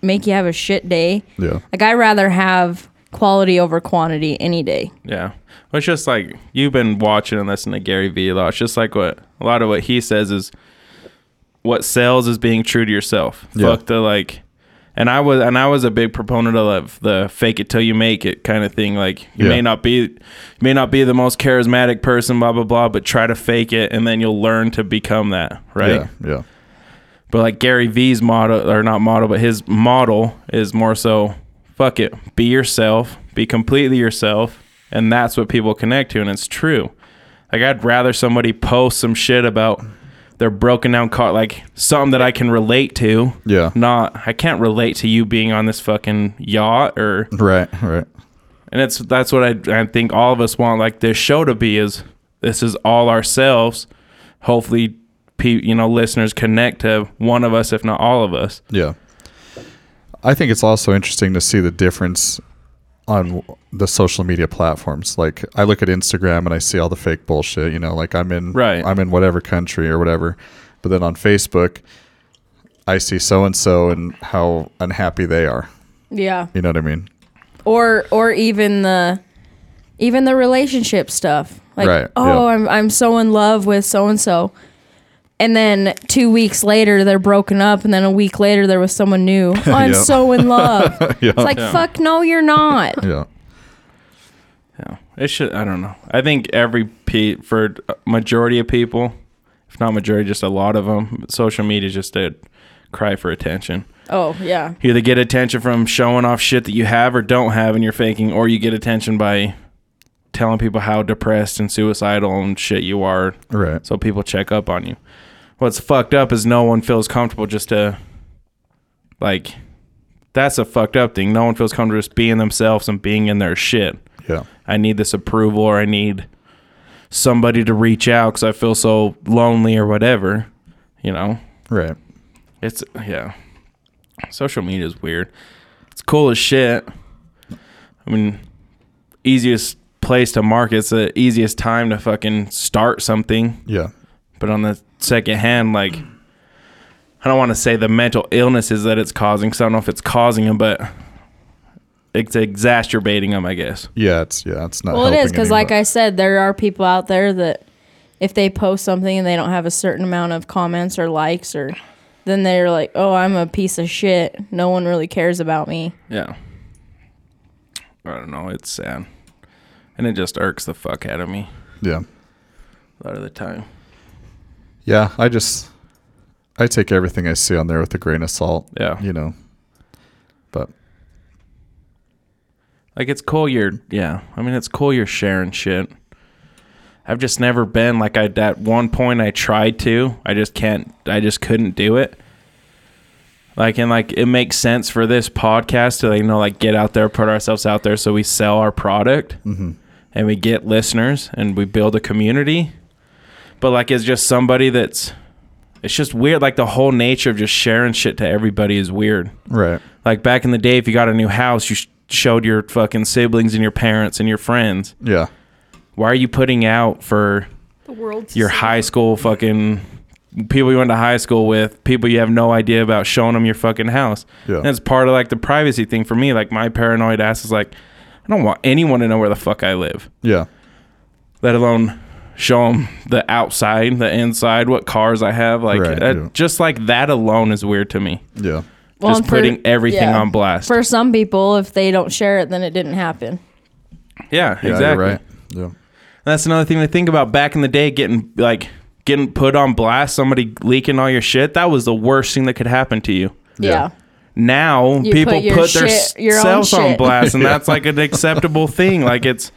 make you have a shit day. Yeah. Like, I rather have quality over quantity any day. Yeah. Well, it's just like you've been watching and listening to Gary Vee a lot. It's just like what a lot of what he says is what sells is being true to yourself. Yeah. Fuck the like and I was and I was a big proponent of the fake it till you make it kind of thing. Like you Yeah. may not be you may not be the most charismatic person, blah blah blah, but try to fake it and then you'll learn to become that. Right. Yeah. Yeah. But like Gary Vee's model, or not model, but his model is more so fuck it, be yourself, be completely yourself. And that's what people connect to. And it's true. Like, I'd rather somebody post some shit about their broken down car, like something that I can relate to. Yeah. Not, I can't relate to you being on this fucking yacht or Right, right. and it's that's what I, I think all of us want like this show to be is this is all ourselves hopefully pe- you know listeners connect to one of us if not all of us Yeah. I think it's also interesting to see the difference on w- the social media platforms. Like I look at Instagram and I see all the fake bullshit, you know, like I'm in Right. I'm in whatever country or whatever. But then on Facebook, I see so and so and how unhappy they are. Yeah. You know what I mean? or or even the even the relationship stuff like Right, oh yeah. i'm i'm so in love with so and so and then 2 weeks later they're broken up and then a week later there was someone new oh, i'm Yeah. so in love it's yeah. like fuck no you're not yeah. yeah it should i don't know i think every pe- for a majority of people if not majority just a lot of them social media is just a cry for attention oh yeah you either get attention from showing off shit that you have or don't have and you're faking or you get attention by telling people how depressed and suicidal and shit you are Right. so people check up on you. What's fucked up is no one feels comfortable just to like that's a fucked up thing. No one feels comfortable just being themselves and being in their shit. Yeah. I need this approval or I need somebody to reach out cuz I feel so lonely or whatever, you know. Right. It's yeah. Social media is weird. It's cool as shit. I mean, easiest place to market. It's the easiest time to fucking start something. Yeah. But on the second hand, like, I don't want to say the mental illnesses that it's causing. Cause I don't know if it's causing them, but it's exacerbating them, I guess. Yeah, it's yeah, it's not well it helping is cuz anyone. like i said there are people out there that if they post something and they don't have a certain amount of comments or likes or then they're like oh i'm a piece of shit no one really cares about me Yeah. I don't know. It's sad, and it just irks the fuck out of me Yeah. a lot of the time. Yeah, I just I take everything I see on there with a grain of salt. Yeah. You know. But Like it's cool you're yeah. I mean it's cool you're sharing shit. I've just never been like I at one point I tried to. I just can't I just couldn't do it. Like and like it makes sense for this podcast to like, you know like get out there, put ourselves out there so we sell our product and we get listeners and we build a community. But like it's just somebody that's it's just weird like the whole nature of just sharing shit to everybody is weird. Right. Like back in the day, if you got a new house, you sh- showed your fucking siblings and your parents and your friends. Yeah. Why are you putting out for The world's your high school fucking people you went to high school with, people you have no idea about, showing them your fucking house? Yeah. And it's part of like the privacy thing for me. Like my paranoid ass is like, I don't want anyone to know where the fuck I live, Yeah. let alone show them the outside, the inside, what cars I have. Like, Right, that- yeah. just like that alone is weird to me. Yeah. Well, just and for- putting everything yeah. on blast. For some people, if they don't share it, then it didn't happen. yeah, Yeah, exactly. You're right. Yeah. That's another thing to think about. Back in the day, getting like getting put on blast, somebody leaking all your shit. That was the worst thing that could happen to you. Yeah. Yeah. Now You people put put, your their shit- your own selves on shit. blast, and that's like an acceptable thing. Like it's,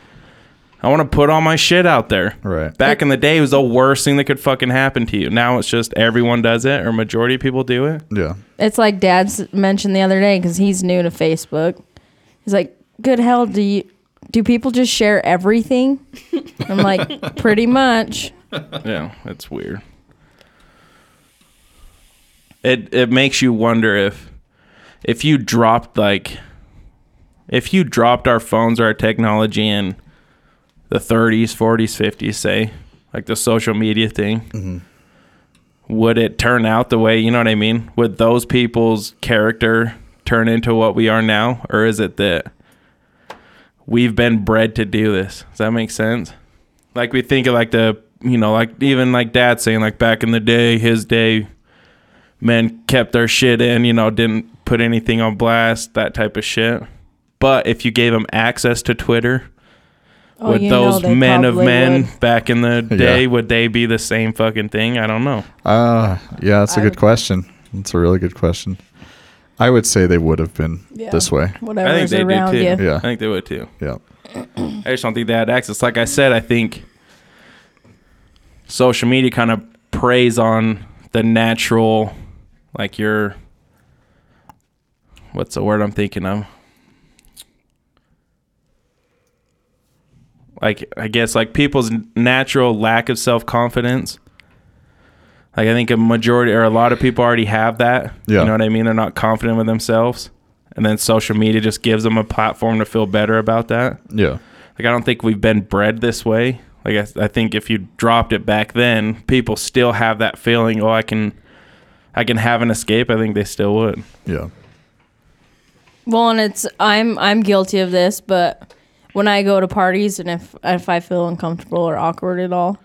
I want to put all my shit out there. Right. Back in the day, it was the worst thing that could fucking happen to you. Now it's just everyone does it, or majority of people do it. Yeah. It's like Dad's mentioned the other day because he's new to Facebook. He's like, "Good hell, do you do people just share everything?" I'm like, "Pretty much." Yeah, it's weird. It it makes you wonder if if you dropped like if you dropped our phones or our technology in the 30s, 40s, 50s, say like the social media thing, would it turn out the way you know what I mean? Would those people's character turn into what we are now, or is it that we've been bred to do this? Does that make sense? like we think of like the you know like even like dad saying like back in the day his day men kept their shit in you know didn't put anything on blast that type of shit but if you gave them access to twitter Oh, would you know those they men of probably men would. back in the Yeah. day would they be the same fucking thing i don't know Uh, yeah, that's a good question. That's a really good question. I would say they would have been Yeah. this way. i think Whatever's they do around too you. Yeah. i think they would too Yeah. I just don't think they had access. Like I said, I think social media kind of preys on the natural, like your, what's the word I'm thinking of? Like, I guess, like people's n- natural lack of self confidence. Like, I think a majority or a lot of people already have that. Yeah. You know what I mean? They're not confident with themselves. And then social media just gives them a platform to feel better about that. Yeah. Like I don't think we've been bred this way. Like I, I think if you dropped it back then, people still have that feeling. Oh, I can, I can have an escape. I think they still would. Yeah. Well, and it's I'm I'm guilty of this, but when I go to parties and if if I feel uncomfortable or awkward at all,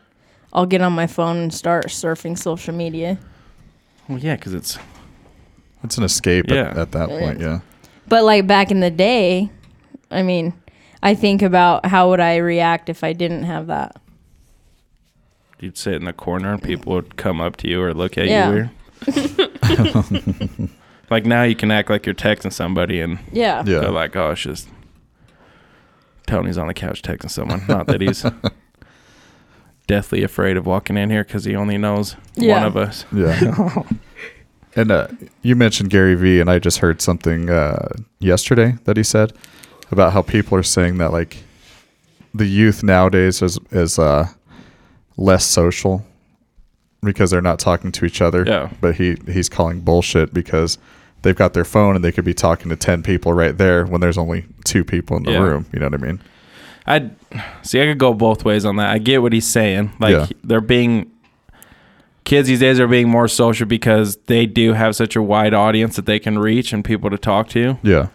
I'll get on my phone and start surfing social media. Well, yeah, because it's It's an escape at- at, Yeah. that point. Yeah. But like back in the day, I mean, I think about how would I react if I didn't have that. you'd sit in the corner and people would come up to you or look at Yeah. you weird. like now you can act like you're texting somebody and Yeah. Yeah. they're like, oh, it's just Tony's on the couch texting someone. Not that he's deathly afraid of walking in here because he only knows one Yeah. of us. Yeah. and uh, you mentioned Gary Vee, and I just heard something uh, yesterday that he said about how people are saying that like the youth nowadays is is uh, less social because they're not talking to each other. Yeah. But he he's calling bullshit because they've got their phone and they could be talking to ten people right there when there's only two people in the Yeah. room. You know what I mean? I see. I could go both ways on that. I get what he's saying. Like Yeah. they're being kids these days are being more social because they do have such a wide audience that they can reach and people to talk to. Yeah.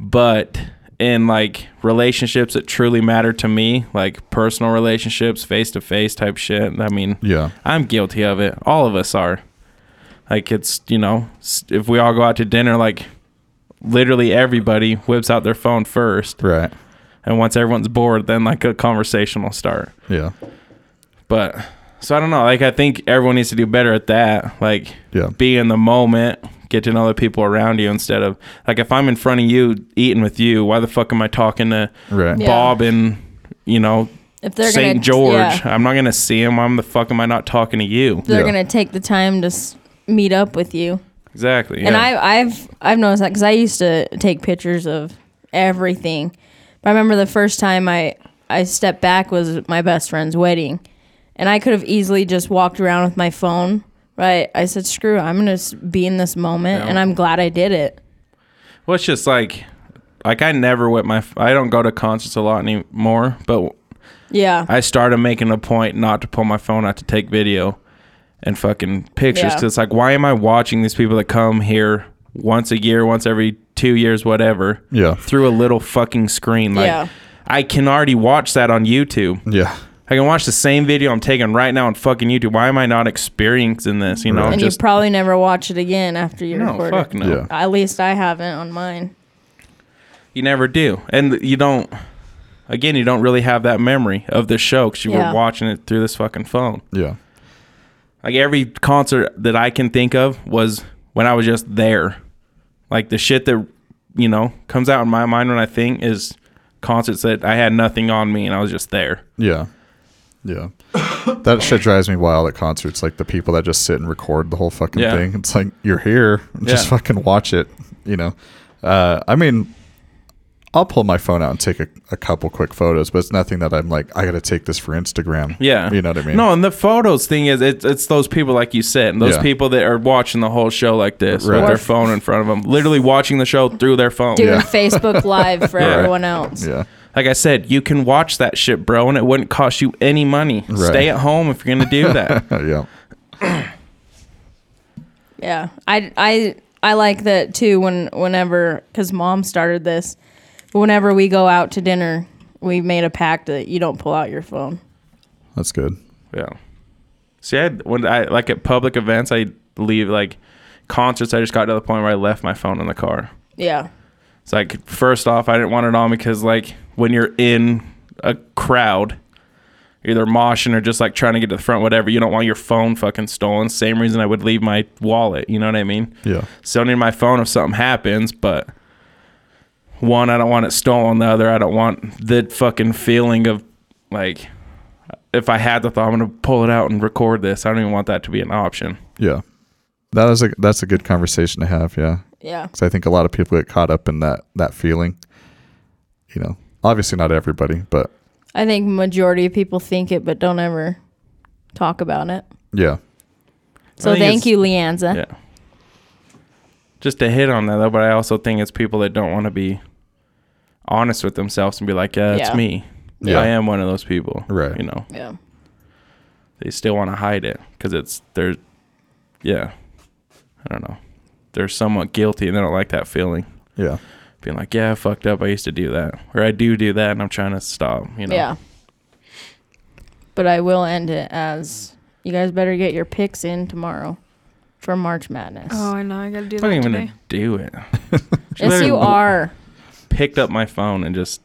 But in like relationships that truly matter to me, like personal relationships, face to face type shit. I mean, Yeah. I'm guilty of it. All of us are. Like it's you know, s- if we all go out to dinner, like literally everybody whips out their phone first, Right. and once everyone's bored, then like a conversation will start. Yeah. But so I don't know. Like I think everyone needs to do better at that. Like Yeah. be in the moment, get to know the people around you instead of like if I'm in front of you eating with you, why the fuck am I talking to Right. Yeah. Bob and you know If they're gonna St. George? yeah. I'm not gonna see him. I'm the fuck am I not talking to you? they're Yeah. gonna take the time to s- meet up with you. Exactly. And yeah. I, I've I've noticed that because I used to take pictures of everything. But I remember the first time I I stepped back was my best friend's wedding, and I could have easily just walked around with my phone. Right? I said, "Screw! it, I'm gonna s- be in this moment, Yeah. and I'm glad I did it." Well, it's just like, like I never with my, I don't go to concerts a lot anymore, but Yeah. I started making a point not to pull my phone out to take video and fucking pictures. Yeah. Cause it's like, why am I watching these people that come here once a year, once every two years, whatever, Yeah. through a little fucking screen? Like, Yeah. I can already watch that on YouTube. Yeah. I can watch the same video I'm taking right now on fucking YouTube. Why am I not experiencing this? You know, Right. and just you probably never watch it again after you no, record fuck it. no. Yeah. At least I haven't on mine. You never do, and you don't. Again, you don't really have that memory of the show because you Yeah. were watching it through this fucking phone. Yeah. Like every concert that I can think of was when I was just there. Like the shit that you know comes out in my mind when I think is concerts that I had nothing on me and I was just there. Yeah. Yeah. That shit drives me wild at concerts. Like the people that just sit and record the whole fucking Yeah. thing. It's like, you're here. Just Yeah. fucking watch it. You know? Uh, I mean, I'll pull my phone out and take a, a couple quick photos, but it's nothing that I'm like, I got to take this for Instagram. Yeah, You know what I mean? No, and the photos thing is it's it's those people like you said, and those Yeah. people that are watching the whole show like this Right. with their phone in front of them, literally watching the show through their phone. Doing Yeah. Facebook Live for Yeah. everyone else. Yeah. Like I said, you can watch that shit, bro, and it wouldn't cost you any money. Stay at home if you're gonna do that. Oh, yeah. Yeah, I I I like that too. When whenever because mom started this, whenever we go out to dinner, we made a pact that you don't pull out your phone. That's good. yeah. See, I when I like at public events, I leave like concerts. I just got to the point where I left my phone in the car. Yeah, It's like first off, I didn't want it on because like when you're in a crowd, you're either moshing or just like trying to get to the front, whatever. You don't want your phone fucking stolen. Same reason I would leave my wallet. You know what I mean? Yeah. still need my phone if something happens, but one, I don't want it stolen. The other, I don't want the fucking feeling of like if I had the thought, I'm gonna pull it out and record this. I don't even want that to be an option. Yeah. That is a, that's a good conversation to have. Yeah. yeah, because I think a lot of people get caught up in that that feeling. You know, obviously not everybody, but I think majority of people think it, but don't ever talk about it. yeah, So I think it's- thank you, Leanza. Yeah. Just to hit on that though, but I also think it's people that don't want to be honest with themselves and be like, yeah, it's Yeah. me. Yeah. I am one of those people. Right. You know, Yeah. they still want to hide it because it's they're, yeah, I don't know, they're somewhat guilty and they don't like that feeling. yeah, being like, yeah, I fucked up. I used to do that, or I do do that, and I'm trying to stop. You know. Yeah. But I will end it as you guys better get your picks in tomorrow for March Madness. Oh, I know. I gotta do I'm not that even today. gonna do it. She yes, literally you are. Picked up my phone and just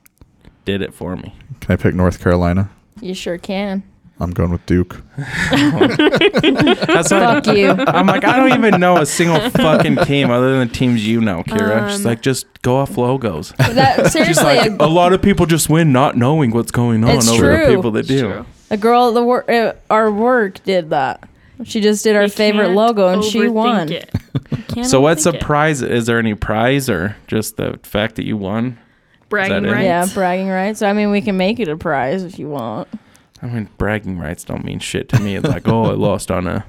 did it for me. can I pick North Carolina? You sure can. I'm going with Duke. That's what Fuck you. I'm like. I don't even know a single fucking team other than the teams you know, Kira. She's Um, like, just go off logos. That, seriously, a- a lot of people just win not knowing what's going on It's over the true. people that It's do. true. A girl at the wor- uh, our work did that. She just did our You favorite can't logo and she overthink won. it. You can't So what's overthink the it. prize? Is there any prize or just the fact that you won? bragging it? rights? Yeah, bragging rights. I mean, we can make it a prize if you want. I mean, bragging rights don't mean shit to me. It's like, oh, I lost on a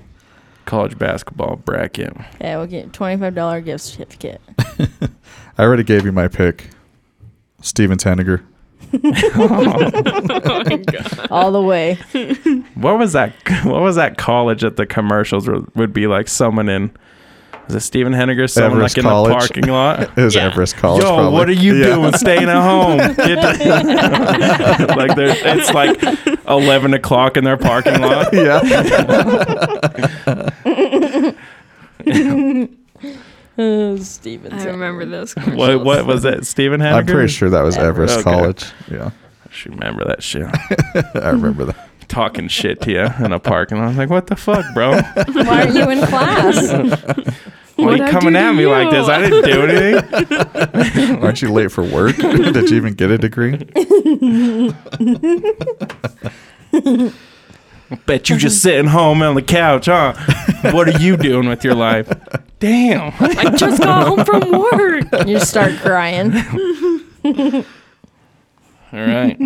college basketball bracket. Yeah, we'll get twenty five dollar gift certificate. I already gave you my pick, Steven Taniger. Oh All the way. What was that? What was that college that the commercials were, would be like? Someone in was it Stephen Henniger? Someone Everest like in College. the parking lot. It was Yeah. Everest College. Yo, probably. what are you Yeah. doing? Staying at home? Get to- like they're, it's like eleven o'clock in their parking lot. yeah, Uh, Steven. I remember those. What, what was that? Stephen Henniger. I'm pretty sure that was Everest Okay. College. Yeah, I should remember that shit. I remember that. Talking shit to you in a parking lot. I'm like, what the fuck, bro? Why aren't you in class? Why are What'd you I coming do to at me like this? you? I didn't do anything. Aren't you late for work? Did you even get a degree? Bet you just sitting home on the couch, huh? What are you doing with your life? Damn. I just got home from work. You start crying. All right.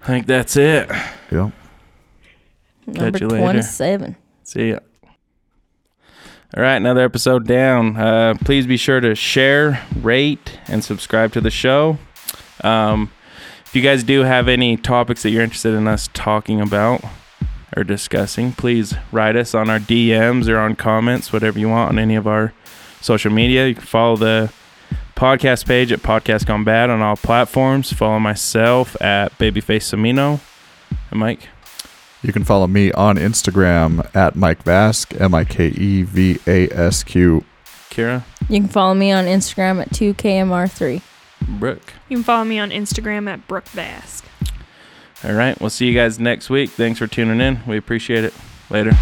I think that's it. Yep. Number you later. 27. See ya. All right, another episode down. Uh, please be sure to share, rate, and subscribe to the show. Um, if you guys do have any topics that you're interested in us talking about or discussing, please write us on our DMs or on comments, whatever you want, on any of our social media. You can follow the podcast page at Podcast Gone Bad on all platforms. Follow myself at Babyface Samino. And Mike, You can follow me on Instagram at Mike Vask, M I K E V A S Q. Kira, You can follow me on Instagram at 2KMR3. Brooke. You can follow me on Instagram at Brooke Vask. All right. We'll see you guys next week. Thanks for tuning in. We appreciate it. Later.